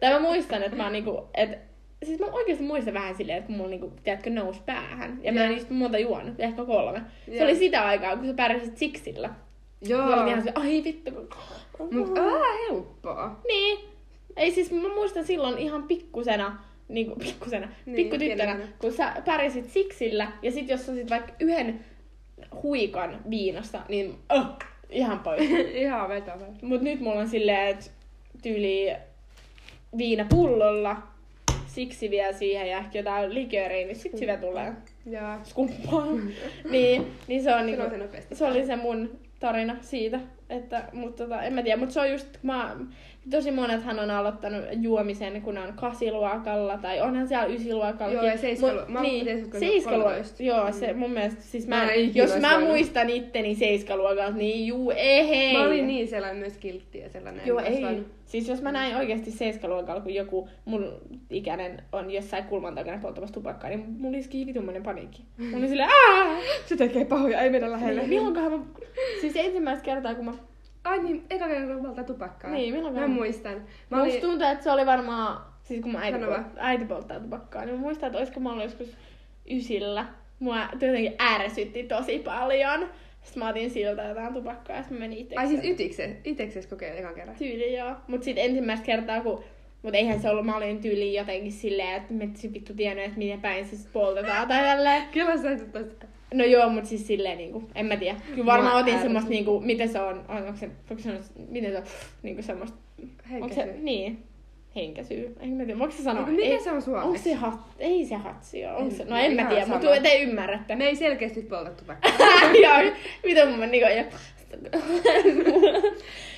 [SPEAKER 2] Tai mä muistan, että mä oon niinku... Et, siis mä oikeesti muistan vähän silleen, että kun mulla niinku, tiedätkö, nousi päähän. Ja mä en
[SPEAKER 1] Joo.
[SPEAKER 2] just monta juonut, ehkä kolme. Se
[SPEAKER 1] Joo.
[SPEAKER 2] oli sitä aikaa, kun sä pärjäsit siksillä. Mä olin ihan
[SPEAKER 1] Joo.
[SPEAKER 2] se, Mm. ai vittu, kun...
[SPEAKER 1] Mut aa, helppoa.
[SPEAKER 2] Niin. Ei siis mä muistan silloin ihan pikkusena, niin kuin pikkusena,
[SPEAKER 1] Niin,
[SPEAKER 2] niin, pikkutyttönä,
[SPEAKER 1] pienenä.
[SPEAKER 2] kun sä pärjäsit siksillä, ja sit jos sä olisit vaikka yhden huikan viinasta, niin oh, ihan pois.
[SPEAKER 1] ihan vetävä.
[SPEAKER 2] Mut nyt mulla on silleen, että tyyli viinapullolla, siksi vielä siihen ja ehkä jotain likööriä, niin sit hyvä tulee.
[SPEAKER 1] Joo.
[SPEAKER 2] Skumppaa. niin, niin se on
[SPEAKER 1] Niin
[SPEAKER 2] niinku...
[SPEAKER 1] se nopeasti.
[SPEAKER 2] Se oli se mun tarina siitä, että, mutta tota, en mä tiedä, mutta se on just, kun mä, tosi monethan on aloittanut juomisen, kun ne on kasiluokalla, tai onhan siellä ysiluokalla.
[SPEAKER 1] Joo, ja seiskalu- mä oon
[SPEAKER 2] niin,
[SPEAKER 1] seiskaluokalla
[SPEAKER 2] seiskaluokalla.
[SPEAKER 1] 13.
[SPEAKER 2] Joo, se mun mielestä, siis mä,
[SPEAKER 1] Mm. Mä en ikinä
[SPEAKER 2] jos
[SPEAKER 1] olisi
[SPEAKER 2] mä
[SPEAKER 1] voinut.
[SPEAKER 2] muistan itteni seiskaluokalta, niin juu, ehei.
[SPEAKER 1] Mä olin niin sellainen myös kiltti ja sellainen.
[SPEAKER 2] Joo,
[SPEAKER 1] en
[SPEAKER 2] ei.
[SPEAKER 1] osannut.
[SPEAKER 2] Siis jos mä näin oikeasti seiskaluokalla, kun joku mun ikäinen on jossain kulman takana polttamassa tupakkaa, niin mulla iski vitummoinen paniikki. Mulla oli silleen, aah!
[SPEAKER 1] Se tekee pahoja, ei mennä lähelle.
[SPEAKER 2] Niin, milloinkohan mä... Siis ensimmäistä kertaa, kun mä...
[SPEAKER 1] Ai niin, eka kerran kun valtaa tupakkaa.
[SPEAKER 2] Niin, milloin
[SPEAKER 1] Mä
[SPEAKER 2] mä-
[SPEAKER 1] muistan.
[SPEAKER 2] Mä
[SPEAKER 1] Mä olin...
[SPEAKER 2] Musta tuntuu, että se oli varmaan... Siis kun mun äiti,
[SPEAKER 1] Sano
[SPEAKER 2] polt,
[SPEAKER 1] vaan.
[SPEAKER 2] äiti polttaa tupakkaa, niin mä muistan, että olisiko mä ollut joskus ysillä. Mua jotenkin ärsytti tosi paljon. Sitten mä otin siltä jotain tupakkaa ja sitten mä menin itsekseni.
[SPEAKER 1] Ai siis ytikses, itekses kokeilin ekan kerran.
[SPEAKER 2] Tyyli joo. Mut sit ensimmäistä kertaa kun... Mut eihän se ollut, mä olin tyyli jotenkin silleen, että mä et sit vittu tiennyt, että miten päin se sit poltetaan tai tälleen.
[SPEAKER 1] Kyllä sä et ottaa sitä.
[SPEAKER 2] No joo, mut siis silleen niinku, en mä tiedä. Kyllä varmaan
[SPEAKER 1] Mua
[SPEAKER 2] otin
[SPEAKER 1] ärsytti.
[SPEAKER 2] semmoista niinku, miten se on, on- onko se, onko se, miten se on, niinku semmoista Onko se,
[SPEAKER 1] Henkäsy.
[SPEAKER 2] niin, henkäsyy. En mä tiedä, voiko se sanoa?
[SPEAKER 1] Eiku, miten
[SPEAKER 2] Ei-
[SPEAKER 1] se on suomeksi?
[SPEAKER 2] Onko se hat, ei se hatsi oo. Onko se,
[SPEAKER 1] En-
[SPEAKER 2] no
[SPEAKER 1] no
[SPEAKER 2] en mä
[SPEAKER 1] ihan
[SPEAKER 2] tiedä,
[SPEAKER 1] sama.
[SPEAKER 2] mutta te ymmärrätte.
[SPEAKER 1] Me ei selkeästi polta tupakkaa.
[SPEAKER 2] Joo, mitä mun meni ja...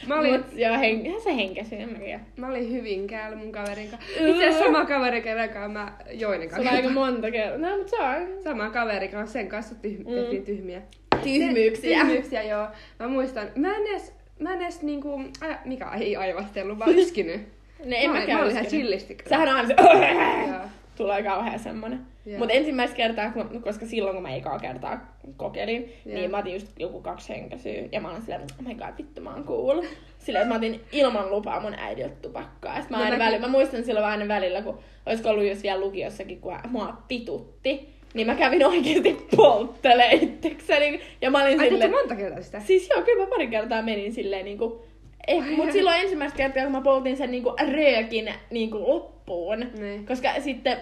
[SPEAKER 1] Mä olin,
[SPEAKER 2] Mut joo, hen, ihan se henkäsyy, en mä tiedä.
[SPEAKER 1] mä olin Hyvinkäällä mun kaverin kanssa. Itse asiassa sama kaveri, kenen kanssa mä join
[SPEAKER 2] Se on aika
[SPEAKER 1] kanssa.
[SPEAKER 2] monta kertaa. No, mut se on
[SPEAKER 1] Sama kaveri kanssa, sen kanssa tyh- tehtiin tyhmiä.
[SPEAKER 2] Mm. tyhmyyksiä.
[SPEAKER 1] Tyhmyyksiä, joo. Mä muistan, mä en edes, mä en edes niinku, ä, mikä ei aivastellut, vaan iskinyt.
[SPEAKER 2] No en
[SPEAKER 1] Mä
[SPEAKER 2] mä
[SPEAKER 1] olin-
[SPEAKER 2] käy.
[SPEAKER 1] mä olin ihan chillisti kyllä.
[SPEAKER 2] Sähän on aina se...
[SPEAKER 1] Joo.
[SPEAKER 2] Tulee kauhean semmonen.
[SPEAKER 1] Joo.
[SPEAKER 2] Mutta ensimmäistä kertaa, kun, koska silloin kun mä ekaa kertaa kokeilin,
[SPEAKER 1] Joo.
[SPEAKER 2] niin mä otin just joku kaksi henkäsyä. Ja mä olin silleen, oh my god, vittu mä oon cool. Silleen, että mä otin ilman lupaa mun äidiltä tupakkaa. Ja sit mä,
[SPEAKER 1] No
[SPEAKER 2] aina
[SPEAKER 1] mäkin-
[SPEAKER 2] välillä, mä muistan silloin aina välillä, kun olisiko ollut jos vielä lukiossakin, kun mua pitutti. Niin mä kävin oikeesti polttelee itsekseni. Ja mä olin
[SPEAKER 1] Ai
[SPEAKER 2] silleen...
[SPEAKER 1] teitte monta kertaa sitä?
[SPEAKER 2] Siis joo, kyllä mä pari kertaa menin silleen niinku... Eh, mut silloin ensimmäistä kertaa, kun mä poltin sen niinku röökin niinku loppuun.
[SPEAKER 1] Niin.
[SPEAKER 2] Koska sitten...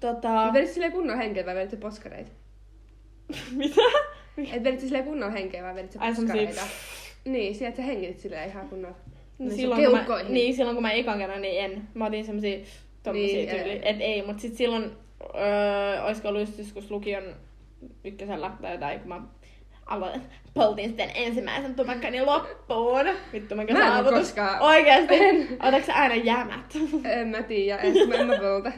[SPEAKER 2] Tota...
[SPEAKER 1] Vedit silleen kunnon henkeä vai vedit poskareita?
[SPEAKER 2] Mitä?
[SPEAKER 1] Et vedit silleen kunnon henkeä vai vedit
[SPEAKER 2] Ai, semmosia-
[SPEAKER 1] poskareita? Niin, sieltä sä hengitit silleen ihan kunnon.
[SPEAKER 2] No,
[SPEAKER 1] sun
[SPEAKER 2] silloin, kun mä,
[SPEAKER 1] keuhkoihin.
[SPEAKER 2] niin, silloin kun mä ekan kerran, niin en. Mä otin semmosia tommosia
[SPEAKER 1] Niin,
[SPEAKER 2] niin, tyyli.
[SPEAKER 1] ei.
[SPEAKER 2] Et ei, mut sit silloin... Öö, oisko ollut just joskus lukion ykkösellä tai jotain, kun mä aloin, poltin sitten ensimmäisen tupakkani loppuun. Vittu, mikä
[SPEAKER 1] Mä en oo
[SPEAKER 2] saavutus.
[SPEAKER 1] koskaan-
[SPEAKER 2] Oikeesti.
[SPEAKER 1] En.
[SPEAKER 2] Otaks sä aina jämät?
[SPEAKER 1] En mä tiedä, en mä, en mä polta.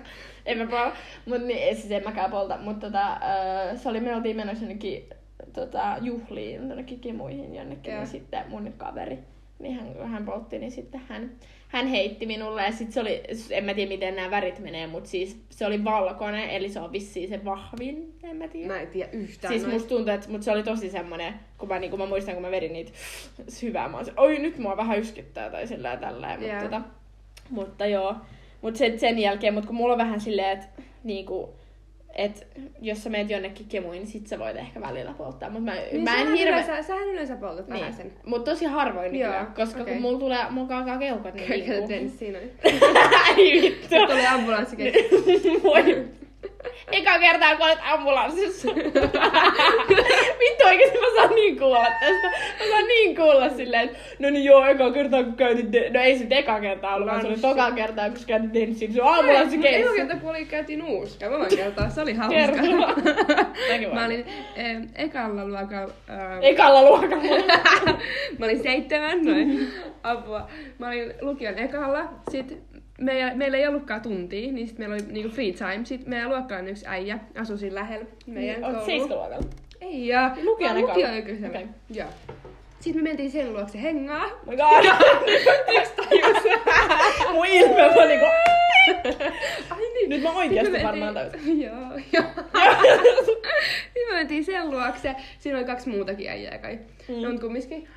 [SPEAKER 2] En mä polta, mut niin, siis en mäkään polta, mutta tota, öö, se oli, me oltiin menossa jonnekin tota, juhliin, jonnekin kimuihin jonnekin,
[SPEAKER 1] Joo.
[SPEAKER 2] ja sitten mun kaveri, niin hän, kun hän poltti, niin sitten hän, hän heitti minulle, ja sitten se oli, en mä tiedä miten nämä värit menee, mutta siis se oli valkoinen, eli se on vissiin se vahvin, en mä tiedä.
[SPEAKER 1] Mä en tiedä yhtään.
[SPEAKER 2] Siis
[SPEAKER 1] noista.
[SPEAKER 2] musta tuntuu, että mut se oli tosi semmonen, kun mä, niin kun mä muistan, kun mä vedin niitä syvään, mä olin se, oi nyt mua vähän yskyttää tai sillä ja tällä.
[SPEAKER 1] Joo.
[SPEAKER 2] Yeah. Tota, mutta joo, Mut sen, sen jälkeen, mut kun mulla on vähän silleen, että niinku, et jos sä meet jonnekin kemuin, niin sit sä voit ehkä välillä polttaa. Mut mä,
[SPEAKER 1] Niin
[SPEAKER 2] mä en
[SPEAKER 1] sähän
[SPEAKER 2] hirveä...
[SPEAKER 1] Yleensä, sähän yleensä poltat niin. vähän sen.
[SPEAKER 2] Mut tosi harvoin
[SPEAKER 1] Joo,
[SPEAKER 2] nykyään, koska
[SPEAKER 1] okei.
[SPEAKER 2] kun mulla tulee, mulla alkaa keuhkot, niin
[SPEAKER 1] Kyllä,
[SPEAKER 2] liikkuu.
[SPEAKER 1] Dennis siinä oli.
[SPEAKER 2] Ei vittu.
[SPEAKER 1] Sitten oli ambulanssi
[SPEAKER 2] Niin.
[SPEAKER 1] kesken.
[SPEAKER 2] Voi. Eka kertaa, kun olet ambulanssissa. Vittu oikeesti mä saan niin kuulla tästä. Mä saan niin kuulla silleen, että no niin joo, eka kertaa kun käytin... De- no ei se nyt eka kertaa ollut, vaan se oli
[SPEAKER 1] Lanssi.
[SPEAKER 2] toka kertaa, kun sä käytit denssiin. Se on ambulanssi
[SPEAKER 1] Ei,
[SPEAKER 2] keissä.
[SPEAKER 1] kerta kun oli, käytiin nuuskaa. Mä voin kertoa, se oli hauska.
[SPEAKER 2] Kertoa.
[SPEAKER 1] Mä olin eh, ekalla luokalla. ähm,
[SPEAKER 2] Ekalla luokalla.
[SPEAKER 1] mä olin seitsemän, noin. Apua. Mä olin lukion ekalla. Sitten meillä, meillä ei ollutkaan tuntia, niin sitten meillä oli niinku free time. Sitten meidän luokkaan yksi äijä asui siinä lähellä meidän
[SPEAKER 2] Niin, Oot
[SPEAKER 1] koulua.
[SPEAKER 2] seiskaluokalla.
[SPEAKER 1] Ei, ja
[SPEAKER 2] Lukion ekalla.
[SPEAKER 1] lukion ykkösellä.
[SPEAKER 2] Okei.
[SPEAKER 1] Joo. Sitten me mentiin sen luokse hengaa.
[SPEAKER 2] My god. Mun ilme on niinku...
[SPEAKER 1] Ai niin.
[SPEAKER 2] Nyt mä
[SPEAKER 1] Sitten
[SPEAKER 2] oikeesti
[SPEAKER 1] me
[SPEAKER 2] varmaan täysin.
[SPEAKER 1] mentiin- Joo, joo. Sitten me Niin mentiin sen luokse. Siinä oli kaksi muutakin äijää kai.
[SPEAKER 2] Mm.
[SPEAKER 1] Mm. On kumminkin.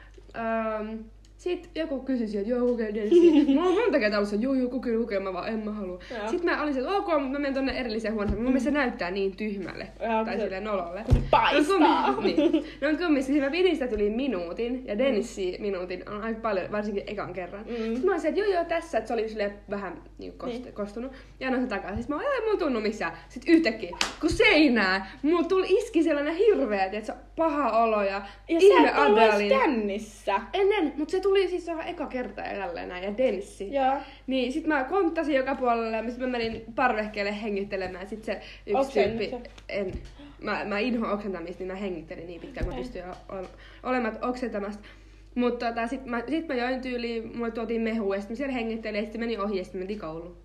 [SPEAKER 1] Um, sitten joku kysyi sieltä, joo, kokee Densi. Mulla on monta kertaa ollut se, joo, joo, kokee, kokee, mä vaan, en mä halua.
[SPEAKER 2] Joo.
[SPEAKER 1] Sitten mä olin se, että ok, mutta mä menen tonne erilliseen huoneeseen. Mun mielestä se näyttää niin tyhmälle.
[SPEAKER 2] Joo,
[SPEAKER 1] tai
[SPEAKER 2] se-
[SPEAKER 1] silleen nololle.
[SPEAKER 2] Paistaa.
[SPEAKER 1] No, kummi- niin. No kumminkin, mä pidin sitä tuli minuutin ja Dennissi minuutin on aika paljon, varsinkin ekan kerran.
[SPEAKER 2] Mm.
[SPEAKER 1] Mm. Sitten mä olin se, että joo joo tässä, että se oli silleen vähän niin kost,
[SPEAKER 2] Niin.
[SPEAKER 1] niin. kostunut. Ja annoin sen takaisin. Sitten mä olin, ei mulla tunnu missään. Sitten yhtäkkiä, kun seinää, mulla tuli iski sellainen hirveä, että se paha olo ja,
[SPEAKER 2] Ja sä
[SPEAKER 1] ihme
[SPEAKER 2] et ollut edes
[SPEAKER 1] adrenaliini.
[SPEAKER 2] kännissä.
[SPEAKER 1] Ennen, mutta se tuli siis ihan eka kerta ja tälleen näin, ja Dennissi.
[SPEAKER 2] Joo.
[SPEAKER 1] Niin, sit mä konttasin joka puolella ja sit mä menin parvekkeelle hengittelemään. Sit se yksi
[SPEAKER 2] Oksennit
[SPEAKER 1] tyyppi...
[SPEAKER 2] sä?
[SPEAKER 1] En. Mä, mä inhoan oksentamista, niin mä hengittelin niin pitkään, kun mä
[SPEAKER 2] Okei.
[SPEAKER 1] pystyin ol- olemaan oksentamasta. Mutta tota, sit, mä, sit mä join tyyliin, mulle tuotiin mehua ja sit mä siellä hengittelin ja sit se meni ohi ja sit mentiin kouluun.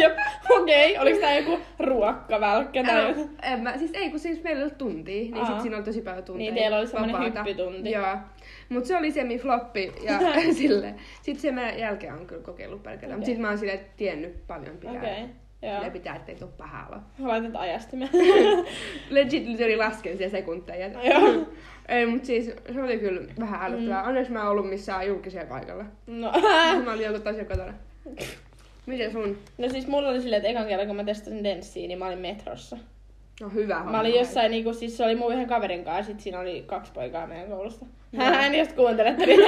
[SPEAKER 2] Jep. Okei, oliks tää joku ruokkavälkkä tai
[SPEAKER 1] Ää,
[SPEAKER 2] jotain?
[SPEAKER 1] en mä, siis ei, kun siis meillä ei ollut tuntia, niin
[SPEAKER 2] Aa.
[SPEAKER 1] sit siinä oli tosi paljon tunteja.
[SPEAKER 2] Niin, teillä oli semmonen
[SPEAKER 1] vapaata.
[SPEAKER 2] hyppytunti.
[SPEAKER 1] Joo. Mut se oli semi floppi ja sille. Sit se mä jälkeen on kyllä kokeillut pelkällä. Mut
[SPEAKER 2] Okei.
[SPEAKER 1] sit mä oon silleen tiennyt paljon pitää.
[SPEAKER 2] Okei. Joo.
[SPEAKER 1] Ja pitää, ettei tuu paha olo.
[SPEAKER 2] Laitat ajastimen.
[SPEAKER 1] Legit literally lasken siellä sekunteja.
[SPEAKER 2] Joo.
[SPEAKER 1] Ei, mut siis se oli kyllä vähän älyttävää. Mm. Onneksi mä en ollut missään julkisella paikalla.
[SPEAKER 2] No.
[SPEAKER 1] Mä olin joku tosi kotona. Miten sun?
[SPEAKER 2] no siis mulla oli silleen, että ekan kerran kun mä testasin denssiä, niin mä olin metrossa.
[SPEAKER 1] No hyvä
[SPEAKER 2] Mä olin jossain niinku, siis se oli mun yhden kaverin kanssa, sit siinä oli kaksi poikaa meidän koulusta. Hän jos kuuntelette. niin-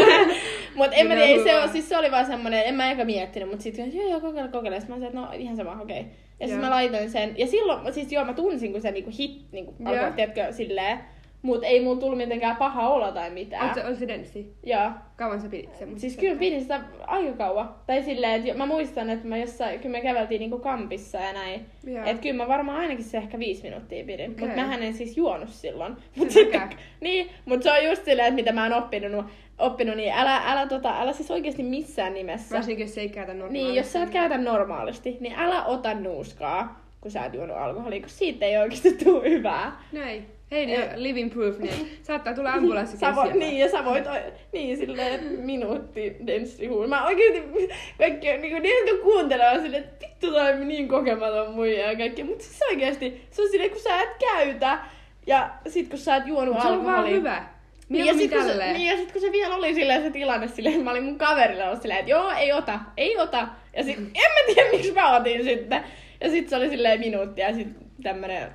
[SPEAKER 2] mut en mä
[SPEAKER 1] Minä
[SPEAKER 2] tiedä, ei se
[SPEAKER 1] hyvä.
[SPEAKER 2] oo, siis se oli vaan semmonen, en mä eikä miettinyt, mut sit joo joo kokeile kokeile. Sit mä sanoin, että no ihan sama, okei. Okay. Ja siis
[SPEAKER 1] Joo.
[SPEAKER 2] mä laitoin sen, ja silloin, siis joo mä tunsin kun se niinku hit, niinku alkoi,
[SPEAKER 1] Joo.
[SPEAKER 2] tiedätkö, silleen. Mut ei mulla tullut mitenkään paha olo tai mitään.
[SPEAKER 1] Oot se, oot se denssi?
[SPEAKER 2] Joo.
[SPEAKER 1] Kauan sä pidit semmoista?
[SPEAKER 2] Siis kyllä pidin sitä aika kauan. Tai silleen, että jo- mä muistan, että mä jossain, kyllä me käveltiin niinku kampissa ja näin.
[SPEAKER 1] Joo.
[SPEAKER 2] Että kyllä mä varmaan ainakin se ehkä viisi minuuttia pidin. Okay.
[SPEAKER 1] Okei.
[SPEAKER 2] Mutta mähän en siis juonut silloin. Mut
[SPEAKER 1] En
[SPEAKER 2] sitten,
[SPEAKER 1] mäkään.
[SPEAKER 2] niin, mutta se on just silleen, että mitä mä oon oppinut, nu- oppinut niin älä, älä, tota, älä siis oikeasti missään nimessä.
[SPEAKER 1] Varsinkin jos se ei käytä siis normaalisti.
[SPEAKER 2] Niin, jos sä et käytä normaalisti, niin älä ota nuuskaa, kun sä oot juonut alkoholia, kun siitä ei oikeasti tule hyvää.
[SPEAKER 1] Näin. Hei, niin
[SPEAKER 2] Ei.
[SPEAKER 1] living proof, niin saattaa tulla ambulanssi
[SPEAKER 2] Sä vo,
[SPEAKER 1] käsiä.
[SPEAKER 2] niin, ja sä voit, o- niin silleen, että minuutti denssihuun. Mä oikeesti, kaikki on, niinku, ne jotka kuuntelee, on silleen, että vittu toi on niin kokematon muija ja kaikki. Mut siis oikeesti, se on silleen, kun sä et käytä, ja sit kun sä et juonut
[SPEAKER 1] Se on vaan
[SPEAKER 2] alkoholia.
[SPEAKER 1] hyvä.
[SPEAKER 2] Niin ja, sit,
[SPEAKER 1] Mieluummin
[SPEAKER 2] kun se,
[SPEAKER 1] tälleen.
[SPEAKER 2] niin, ja sit kun se vielä oli silleen se tilanne silleen, että mä olin mun kaverilla ollut silleen, että joo, ei ota, ei ota. Ja sit, en
[SPEAKER 1] Mm-hmm.
[SPEAKER 2] mä tiedä, miksi mä otin sitten. Ja sit se oli silleen minuutti ja sit tämmönen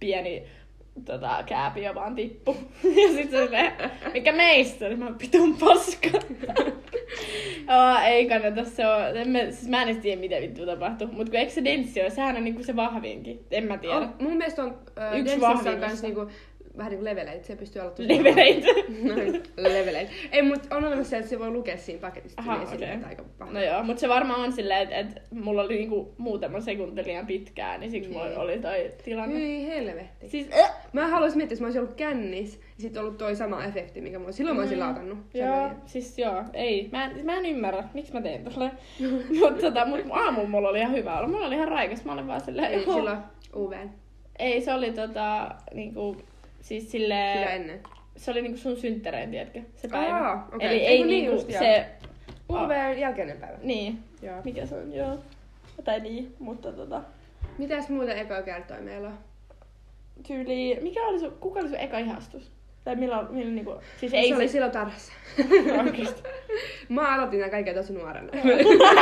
[SPEAKER 2] pieni tota, kääpi jo vaan tippu. Ja sit se silleen, mikä meistä oli, mä oon pitun paska. oh, ei kannata, se on, en mä, siis mä en edes tiedä, mitä vittu tapahtuu. Mut kun eikö se denssi ole, sehän on niinku se vahvinkin, en mä tiedä.
[SPEAKER 1] On, mun mielestä on äh,
[SPEAKER 2] Yksi
[SPEAKER 1] Densissä on
[SPEAKER 2] vahvimmista.
[SPEAKER 1] kans niinku, vähän niinku leveleit, se pystyy olla tosi
[SPEAKER 2] Levereitä.
[SPEAKER 1] Noin, leveleit. No, Ei, mut on olemassa se, että se voi lukea siinä paketista
[SPEAKER 2] Aha,
[SPEAKER 1] Aha, esille,
[SPEAKER 2] okei.
[SPEAKER 1] että aika paha.
[SPEAKER 2] No joo, mutta se varmaan on silleen, että et mulla oli niinku muutama sekunti liian pitkään, niin siksi mulla
[SPEAKER 1] Niin.
[SPEAKER 2] oli toi tilanne.
[SPEAKER 1] Hyi helvetti.
[SPEAKER 2] Siis, äh,
[SPEAKER 1] Mä haluaisin miettiä, jos mä olisin ollut kännis, ja sit ollut toi sama efekti, mikä mulla silloin mä olisin
[SPEAKER 2] Mm.
[SPEAKER 1] lautannut.
[SPEAKER 2] joo, siis joo, ei. Mä en, mä en ymmärrä, miksi mä tein tolle. mutta tota, mut aamulla mulla oli ihan hyvä olla. Mulla oli ihan raikas, mä olin vaan silleen,
[SPEAKER 1] Ei,
[SPEAKER 2] joo.
[SPEAKER 1] silloin UVn.
[SPEAKER 2] Ei, se oli tota, niinku, siis
[SPEAKER 1] Sitä
[SPEAKER 2] silleen,
[SPEAKER 1] ennen.
[SPEAKER 2] se oli niinku sun synttäreen, tiedätkö, se päivä.
[SPEAKER 1] Aa, okei.
[SPEAKER 2] Eli
[SPEAKER 1] Ei,
[SPEAKER 2] ei
[SPEAKER 1] kun niin
[SPEAKER 2] niinku
[SPEAKER 1] just, joo.
[SPEAKER 2] se,
[SPEAKER 1] UVn jälkeinen päivä.
[SPEAKER 2] niin,
[SPEAKER 1] Joo.
[SPEAKER 2] mikä se on, joo. Tai niin, mutta tota.
[SPEAKER 1] Mitäs muuta ekoa kertoi meillä on?
[SPEAKER 2] tyyli, mikä oli sun, kuka oli sun eka ihastus? Tai milloin, milloin niinku... Siis
[SPEAKER 1] Ei
[SPEAKER 2] ei
[SPEAKER 1] se oli silloin tarhassa.
[SPEAKER 2] oikeesti.
[SPEAKER 1] Mä aloitin nää kaiken tosi nuorena.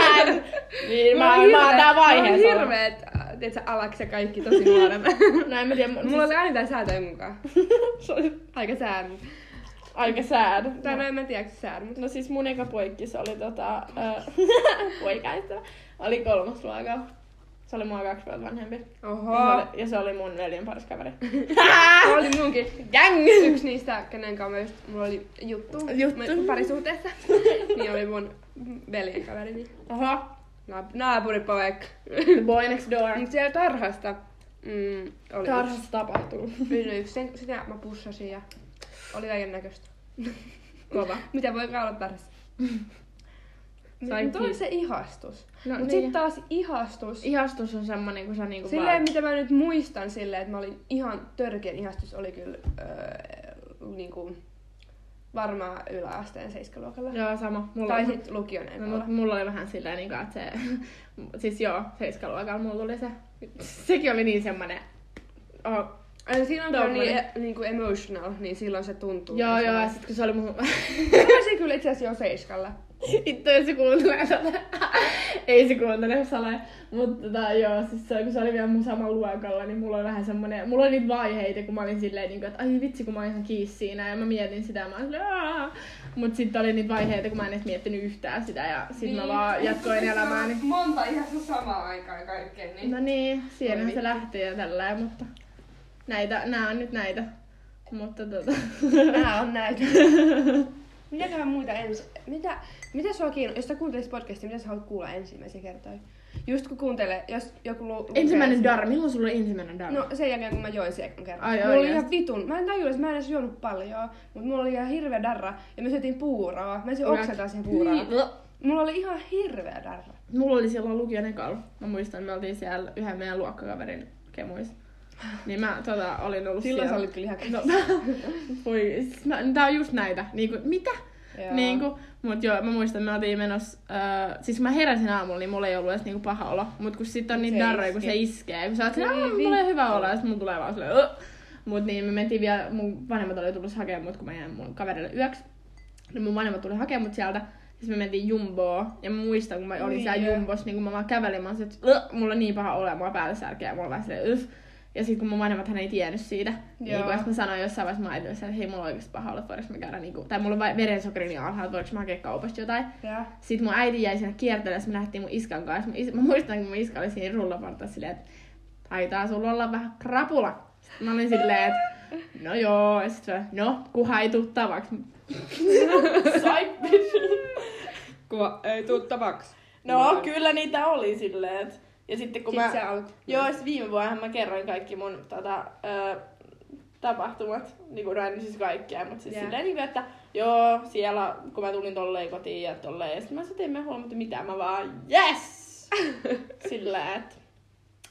[SPEAKER 2] niin, mä,
[SPEAKER 1] oon
[SPEAKER 2] mä, mä
[SPEAKER 1] hirveet-
[SPEAKER 2] oon tää vaiheessa.
[SPEAKER 1] Mä oon hirveet, äh, tiedätkö, alaks ja kaikki tosi nuorena.
[SPEAKER 2] No en mä tiedä, mun, siis-
[SPEAKER 1] Mulla oli aina tää säätöi mukaan.
[SPEAKER 2] se oli
[SPEAKER 1] Aika sään.
[SPEAKER 2] aika sad.
[SPEAKER 1] Tai no en mä tiedä, onko se sään, mutta
[SPEAKER 2] No siis mun eka poikki, se oli tota, äh, poikaista, oli kolmas luokka. Se oli mua kaksi vuotta vanhempi. Ja
[SPEAKER 1] oho.
[SPEAKER 2] se oli, ja se oli mun veljen paras kaveri. Ah!
[SPEAKER 1] Mulla Niin oli munkin
[SPEAKER 2] Gang!
[SPEAKER 1] yksi niistä, kenen kanssa mä just, mulla oli juttu,
[SPEAKER 2] Juttu.
[SPEAKER 1] Me- parisuhteessa. niin oli mun veljen kaverini.
[SPEAKER 2] Oho,
[SPEAKER 1] Naap- naapuripoika.
[SPEAKER 2] the boy next door.
[SPEAKER 1] Mut siellä tarhasta mm, oli Tarha.
[SPEAKER 2] Tarhassa tapahtuu.
[SPEAKER 1] yksi, yksi. Sen, sitä mä pussasin ja oli kaiken näköistä.
[SPEAKER 2] Kova.
[SPEAKER 1] Mitä voi olla tarhassa?
[SPEAKER 2] Sai
[SPEAKER 1] Mutta oli se ihastus.
[SPEAKER 2] No
[SPEAKER 1] No, Mut
[SPEAKER 2] niin.
[SPEAKER 1] sit taas ihastus.
[SPEAKER 2] Ihastus on semmonen, kun sä niinku
[SPEAKER 1] Silleen,
[SPEAKER 2] vaan...
[SPEAKER 1] mitä mä nyt muistan silleen, että mä olin ihan törkeän ihastus, oli kyllä öö, niinku, varmaan yläasteen seiskaluokalla.
[SPEAKER 2] Joo, sama. Mulla
[SPEAKER 1] Tai sit lukion
[SPEAKER 2] No,
[SPEAKER 1] ekalla.
[SPEAKER 2] mut mulla oli vähän silleen, niinku, että se... siis joo, seiskaluokalla mulla tuli se. Sekin oli niin semmonen... Oh,
[SPEAKER 1] No, silloin kun on niin,
[SPEAKER 2] Tommonen.
[SPEAKER 1] niin kuin emotional, niin silloin se tuntuu.
[SPEAKER 2] E. joo, joo, ja sit kun se oli mun...
[SPEAKER 1] Kyllä se kyllä itse asiassa jo seiskalla.
[SPEAKER 2] Itse ei se kuuntele tätä. ei se kuuntele salaa. Mutta tota, joo, siis se, kun se oli vielä mun saman luokalla, niin mulla oli vähän semmonen... Mulla oli niitä vaiheita, kun mä olin silleen, niin kuin, että ai vitsi, kun mä olin ihan kiis siinä. Ja mä mietin sitä ja mä olin silleen, "Aa." Mut sitten oli niitä vaiheita, kun mä en edes miettinyt yhtään sitä. Ja sit niin. mä vaan jatkoin elämääni.
[SPEAKER 1] Monta ihan se samaa aikaa kaikkeen. Niin.
[SPEAKER 2] No niin,
[SPEAKER 1] Voi
[SPEAKER 2] siihen
[SPEAKER 1] vittu.
[SPEAKER 2] se lähtee ja tällä, mutta näitä, nää on nyt näitä. Mutta tota,
[SPEAKER 1] Nää on näitä. Mitäköhän muita ensi... Mitä, mitä sua kiinnostaa? Jos sä kuuntelisit podcastia, mitä sä haluat kuulla ensimmäisiä kertoja? Just kun kuuntelee, jos joku lu- lukee
[SPEAKER 2] ensimmäinen
[SPEAKER 1] sen-
[SPEAKER 2] dar, milloin sulla oli ensimmäinen dar?
[SPEAKER 1] No sen jälkeen kun mä join sen ekan kerran.
[SPEAKER 2] Ai,
[SPEAKER 1] mulla oli
[SPEAKER 2] oikeesti?
[SPEAKER 1] ihan vitun. Mä en tajua, että mä en edes juonut paljon, mutta mulla oli ihan hirveä darra. Ja me syötiin puuroa. Mä syötin
[SPEAKER 2] Ura-
[SPEAKER 1] oksataan siihen
[SPEAKER 2] Niin.
[SPEAKER 1] puuroa. Mulla oli ihan hirveä darra.
[SPEAKER 2] Mulla oli silloin lukion ekalla. Mä muistan, me oltiin siellä yhden meidän luokkakaverin kemuis. Niin mä tota, olin ollut
[SPEAKER 1] Silloin sä
[SPEAKER 2] siellä.
[SPEAKER 1] olit kyllä ihan
[SPEAKER 2] No, voi, siis mä, tää on just näitä. Niinku, mitä?
[SPEAKER 1] Joo.
[SPEAKER 2] Niinku, mut joo, mä muistan, me oltiin menossa, äh, siis kun mä heräsin aamulla, niin mulla ei ollut edes niinku paha olo. Mut kun sit on niitä
[SPEAKER 1] Se
[SPEAKER 2] darroja, kun
[SPEAKER 1] iski.
[SPEAKER 2] se iskee, kun sä oot
[SPEAKER 1] Ei
[SPEAKER 2] silleen, "Aa, mulla ei
[SPEAKER 1] vittu."
[SPEAKER 2] hyvä olo, ja sit mulla tulee vaan silleen, "Ugh." Mut niin, me mentiin vielä, mun vanhemmat oli tullut hakemaan mut, kun mä jäin mun kaverille yöksi. Niin mun vanhemmat tuli hakemaan mut sieltä. Siis me mentiin Jumboon. Ja mä muistan, kun mä olin
[SPEAKER 1] Niin,
[SPEAKER 2] siellä
[SPEAKER 1] joo.
[SPEAKER 2] Jumbossa, niin kun mä vaan kävelin, mä olisin, että "Ugh, mulla on niin paha ole, mulla on päällä särkeä, ja mulla on vähän silleen, "Yh." Ja sit kun mun vanhemmathan ei tiennyt siitä, niin
[SPEAKER 1] Joo.
[SPEAKER 2] kun sit mä sanoin jossain vaiheessa mun äidille, että hei, mulla on oikeesti paha olla, voidaanko me käydä niinku, tai mulla on vai- verensokeri niin alhaalla, voidaanko mä hakea kaupasta jotain.
[SPEAKER 1] Ja.
[SPEAKER 2] Sit mun äiti jäi siinä kierteleessä, me lähtiin mun iskan kanssa. Mun is- mä muistan, kun mun iska oli siinä rullapartassa silleen, että taitaa sulla olla vähän krapula. Sit mä olin silleen, että no joo, ja sit se, no, kuha ei tuu tavaksi.
[SPEAKER 1] Kuva ei tuu tavaksi.
[SPEAKER 2] No, kyllä niitä oli silleen, että... Ja sitten
[SPEAKER 1] Kun mä... No, sä olet...
[SPEAKER 2] Joo, siis viime vuonna mä kerroin kaikki mun tota, ö, tapahtumat, niin kuin, no en siis kaikkea, mutta siis
[SPEAKER 1] Jää.
[SPEAKER 2] yeah. silleen, niin kuin, että joo, siellä kun mä tulin tolleen kotiin ja tolleen, ja sitten mä sitten en mä huomannut mitään, mä vaan yes! silleen, että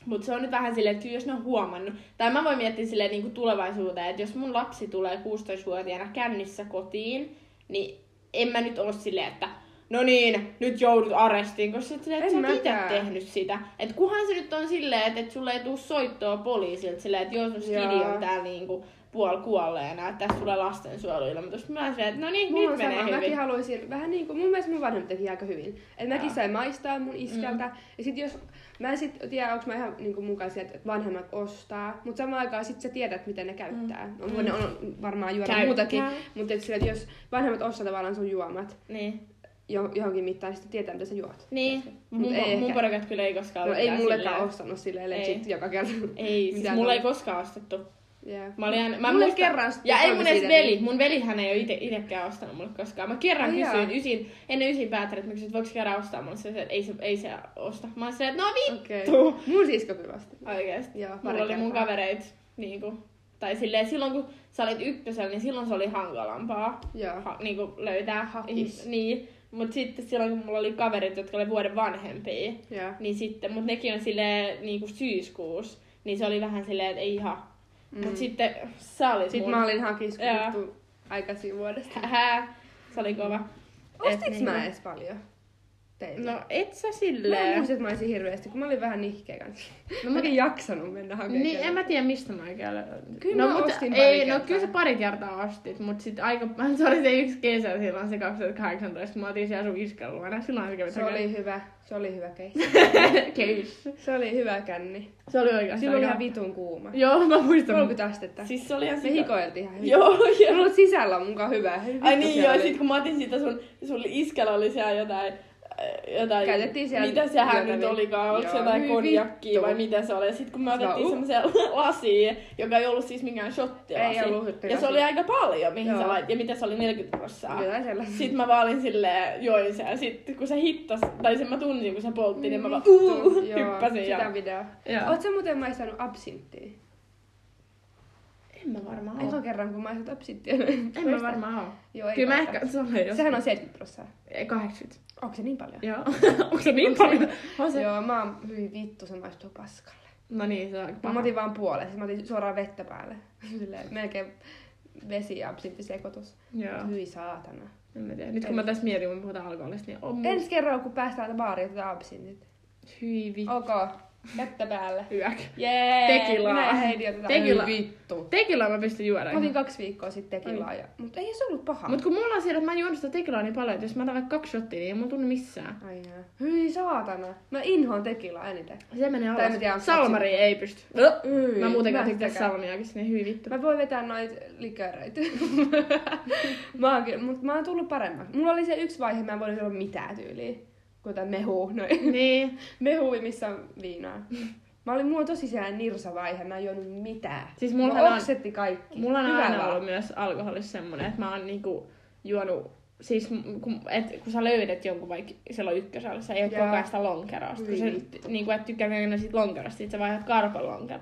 [SPEAKER 2] mutta se on nyt vähän silleen, että jos ne on huomannut, tai mä voin miettiä silleen niin kuin tulevaisuuteen, että jos mun lapsi tulee 16-vuotiaana kännissä kotiin, niin en mä nyt ole silleen, että no niin, nyt joudut arestiin, koska sä,
[SPEAKER 1] En
[SPEAKER 2] et sä oot itse
[SPEAKER 1] mäkään.
[SPEAKER 2] tehnyt sitä. Et kuhan se nyt on silleen, että et sulle ei tuu soittoa poliisilta silleen, että joo, sun skidi
[SPEAKER 1] Joo.
[SPEAKER 2] on täällä niinku puol kuolleena, että tässä tulee lastensuojeluilmoitus. Mä oon silleen, että no niin,
[SPEAKER 1] Mulla
[SPEAKER 2] nyt
[SPEAKER 1] on
[SPEAKER 2] menee
[SPEAKER 1] sama,
[SPEAKER 2] hyvin.
[SPEAKER 1] mäkin haluaisin, vähän niin kuin, mun mielestä mun vanhemmat teki aika hyvin. Et mäkin
[SPEAKER 2] Joo.
[SPEAKER 1] sain maistaa mun iskältä. Mm. Ja sit jos, mä en sit tiedä, onko mä ihan niin kuin mukaan sieltä, että vanhemmat ostaa. Mutta samaan aikaan sit sä tiedät, miten ne käyttää. Mm. On, ne on varmaan juoda
[SPEAKER 2] Käyttää.
[SPEAKER 1] muutakin. Mutta et sillä, että jos vanhemmat ostaa tavallaan sun juomat
[SPEAKER 2] Niin.
[SPEAKER 1] jo, johonkin mittaan, niin sitten tietää, mitä sä juot.
[SPEAKER 2] Niin.
[SPEAKER 1] Mut
[SPEAKER 2] Mun,
[SPEAKER 1] ei
[SPEAKER 2] mun
[SPEAKER 1] ehkä.
[SPEAKER 2] porukat kyllä ei
[SPEAKER 1] No
[SPEAKER 2] koskaan ollut
[SPEAKER 1] ei
[SPEAKER 2] mitään
[SPEAKER 1] mullekaan
[SPEAKER 2] silleen.
[SPEAKER 1] ostanut silleen
[SPEAKER 2] Ei.
[SPEAKER 1] legit joka kerta.
[SPEAKER 2] Ei, siis
[SPEAKER 1] Mitään
[SPEAKER 2] mulla ei
[SPEAKER 1] tuolla.
[SPEAKER 2] koskaan ostettu.
[SPEAKER 1] Yeah.
[SPEAKER 2] Mä olin aina, mä
[SPEAKER 1] Mulle
[SPEAKER 2] muistan-
[SPEAKER 1] kerran
[SPEAKER 2] Ja ei mun
[SPEAKER 1] kolme
[SPEAKER 2] edes
[SPEAKER 1] siideria.
[SPEAKER 2] veli. Mun velihän ei ole itsekään ostanut mulle koskaan. Mä kerran
[SPEAKER 1] Ai jaa.
[SPEAKER 2] kysyin ysin, ennen ysin päättänyt, että mä kysyin, että voiko käydä ostaa mulle. Se, sanoi, että ei se, ei se osta. Mä olin silleen, että no
[SPEAKER 1] Okei.
[SPEAKER 2] vittu. Okay.
[SPEAKER 1] Mun sisko kyllä vasta.
[SPEAKER 2] Oikeesti.
[SPEAKER 1] Joo, pari
[SPEAKER 2] Mulla oli mun
[SPEAKER 1] kertaa.
[SPEAKER 2] kavereit niinku, tai silleen, silloin kun sä olit ykkösellä, niin silloin se oli hankalampaa
[SPEAKER 1] Joo.
[SPEAKER 2] ha, niinku löytää
[SPEAKER 1] Hakis.
[SPEAKER 2] hakis. Niin, mut sitten silloin kun mulla oli kaverit, jotka oli vuoden vanhempia,
[SPEAKER 1] Joo.
[SPEAKER 2] niin sitten, mut nekin on silleen niinku syyskuussa, niin se oli vähän silleen, että ei ihan. Mm. Mut sitten sä olit
[SPEAKER 1] Sitten
[SPEAKER 2] mun.
[SPEAKER 1] mä olin hakis
[SPEAKER 2] Joo.
[SPEAKER 1] vittu aikaisin vuodesta.
[SPEAKER 2] Hää, se oli kova. Et
[SPEAKER 1] Ostiks
[SPEAKER 2] niinku-
[SPEAKER 1] mä edes paljon? teille?
[SPEAKER 2] No et sä
[SPEAKER 1] Mä en
[SPEAKER 2] silleen.
[SPEAKER 1] muista, että mä olisin hirveästi, kun mä olin vähän nihkeä kanssa.
[SPEAKER 2] No
[SPEAKER 1] No,
[SPEAKER 2] mä-
[SPEAKER 1] mä en jaksanut mennä hakemaan. No
[SPEAKER 2] Niin, en mä tiedä mistä mä oikein löysin.
[SPEAKER 1] Kyllä mä ostin pari
[SPEAKER 2] ei, no
[SPEAKER 1] kertaa.
[SPEAKER 2] kyllä sä pari kertaa ostit, mut sit aika, se oli se yksi kesä silloin se 2018, kun mä otin siellä sun iskän luona, silloin sä kävit
[SPEAKER 1] Se
[SPEAKER 2] hakemaan-
[SPEAKER 1] oli hyvä, se oli hyvä keissi.
[SPEAKER 2] Keis.
[SPEAKER 1] Se oli hyvä känni.
[SPEAKER 2] Se oli oikeastaan.
[SPEAKER 1] Silloin oli
[SPEAKER 2] aika-
[SPEAKER 1] ihan vitun kuuma.
[SPEAKER 2] Joo, mä muistan.
[SPEAKER 1] 30 astetta.
[SPEAKER 2] Siis se oli ihan
[SPEAKER 1] Me
[SPEAKER 2] sika-
[SPEAKER 1] hikoiltiin ihan hyvin.
[SPEAKER 2] Joo,
[SPEAKER 1] Ei
[SPEAKER 2] joo.
[SPEAKER 1] ollut sisällä on mukaan hyvä. Vittu
[SPEAKER 2] Ai niin,
[SPEAKER 1] siellä
[SPEAKER 2] joo,
[SPEAKER 1] oli.
[SPEAKER 2] sit kun mä otin sitä sun, sun iskällä oli siellä jotain, äh, jotain
[SPEAKER 1] Käytettiin siellä
[SPEAKER 2] mitä sehän
[SPEAKER 1] jotain-
[SPEAKER 2] nyt olikaan, oliko se
[SPEAKER 1] joo,
[SPEAKER 2] jotain
[SPEAKER 1] hyvin
[SPEAKER 2] konjakkia vai
[SPEAKER 1] vittu.
[SPEAKER 2] mitä se oli. Sitten kun me
[SPEAKER 1] No,
[SPEAKER 2] otettiin
[SPEAKER 1] uh.
[SPEAKER 2] semmoisen lasiin, joka ei ollut siis mikään shottilasi.
[SPEAKER 1] Ei ollut shottilasi.
[SPEAKER 2] Ja se oli aika paljon, mihin
[SPEAKER 1] Joo.
[SPEAKER 2] sä lait, ja mitä se oli 40 prossaa.
[SPEAKER 1] Jotain sellaista.
[SPEAKER 2] Sitten mä vaan olin silleen, join sen. Sitten kun se hittas, tai sen mä tunsin, kun se poltti, niin mä vaan
[SPEAKER 1] Vittu,
[SPEAKER 2] uh,
[SPEAKER 1] joo,
[SPEAKER 2] hyppäsin.
[SPEAKER 1] Sitä
[SPEAKER 2] Ja...
[SPEAKER 1] videoa.
[SPEAKER 2] Joo.
[SPEAKER 1] Oot sä muuten maistanut absinttia?
[SPEAKER 2] En mä varmaan oo.
[SPEAKER 1] Eka kerran kun maistat absinttia.
[SPEAKER 2] En mä varmaan oo.
[SPEAKER 1] Joo, ei
[SPEAKER 2] Kyllä mä
[SPEAKER 1] maista.
[SPEAKER 2] ehkä, se oli jos.
[SPEAKER 1] Sehän on 70 prosenttia.
[SPEAKER 2] Ei, 80.
[SPEAKER 1] Onko se niin paljon?
[SPEAKER 2] Joo. Onko se niin
[SPEAKER 1] Onko se-
[SPEAKER 2] paljon? On se.
[SPEAKER 1] Joo, mä oon hyvin vittu, se maistuu paskalle.
[SPEAKER 2] No niin, se on aika
[SPEAKER 1] Mä
[SPEAKER 2] paha.
[SPEAKER 1] otin vaan puolet, siis mä otin suoraan vettä päälle. Silleen, melkein vesi ja absintti sekoitus.
[SPEAKER 2] Joo.
[SPEAKER 1] Hyi saatana.
[SPEAKER 2] En mä tiedä. Nyt kun mä tässä mietin, kun me puhutaan alkoholista, niin on mun...
[SPEAKER 1] Ensi kerralla kun päästään baariin, otetaan absintit.
[SPEAKER 2] Hyi vittu.
[SPEAKER 1] Ok, vettä päälle.
[SPEAKER 2] Hyök.
[SPEAKER 1] Jee!
[SPEAKER 2] Tekilaa.
[SPEAKER 1] Minä ja Heidi otetaan.
[SPEAKER 2] Tekilaa.
[SPEAKER 1] Hyi vittu.
[SPEAKER 2] Tekilaa mä pystyn juoda.
[SPEAKER 1] Mä otin kaksi viikkoa sitten tekilaa, ja... mutta ei se ollut paha.
[SPEAKER 2] Mut kun mulla on siellä, että mä juon sitä tekilaa niin paljon, että jos mä otan vaikka kaksi shottia, niin ei mulla tunnu missään.
[SPEAKER 1] Ai jaa. Hyi saatana. Mä inhoan tekilaa eniten.
[SPEAKER 2] Se menee
[SPEAKER 1] Tai
[SPEAKER 2] alas.
[SPEAKER 1] mä tiedän,
[SPEAKER 2] Salmari
[SPEAKER 1] onko
[SPEAKER 2] ei pysty.
[SPEAKER 1] Hyi,
[SPEAKER 2] Mä muutenkaan
[SPEAKER 1] en
[SPEAKER 2] tykkään
[SPEAKER 1] sitäkään.
[SPEAKER 2] salmiakista, niin hyi vittu.
[SPEAKER 1] Mä voin vetää noita liköreitä. mä oon, kyllä- mut mä oon tullut paremmaksi. Mulla oli se yksi vaihe, mä en voinut olla mitään tyyliä. Kuten mehu, noin.
[SPEAKER 2] Niin.
[SPEAKER 1] mehu, missä on viinaa. Mä olin, mulla on tosi sellainen nirsavaihe, mä en juonut mitään.
[SPEAKER 2] Siis
[SPEAKER 1] Mulla
[SPEAKER 2] mullahan
[SPEAKER 1] mä
[SPEAKER 2] on,
[SPEAKER 1] oksetti kaikki.
[SPEAKER 2] mulla on
[SPEAKER 1] Hyvä
[SPEAKER 2] aina
[SPEAKER 1] vaan.
[SPEAKER 2] ollut myös alkoholissa semmonen, että mä oon niinku juonut Siis kun, et, kun sä löydät jonkun vaikka silloin ykkösalissa, ei ole
[SPEAKER 1] Joo.
[SPEAKER 2] koko ajan sitä lonkerosta. Kun
[SPEAKER 1] Hyi
[SPEAKER 2] sä
[SPEAKER 1] vittu.
[SPEAKER 2] niinku, et tykkää mennä siitä lonkerosta, sit sä vaihdat karpalonker.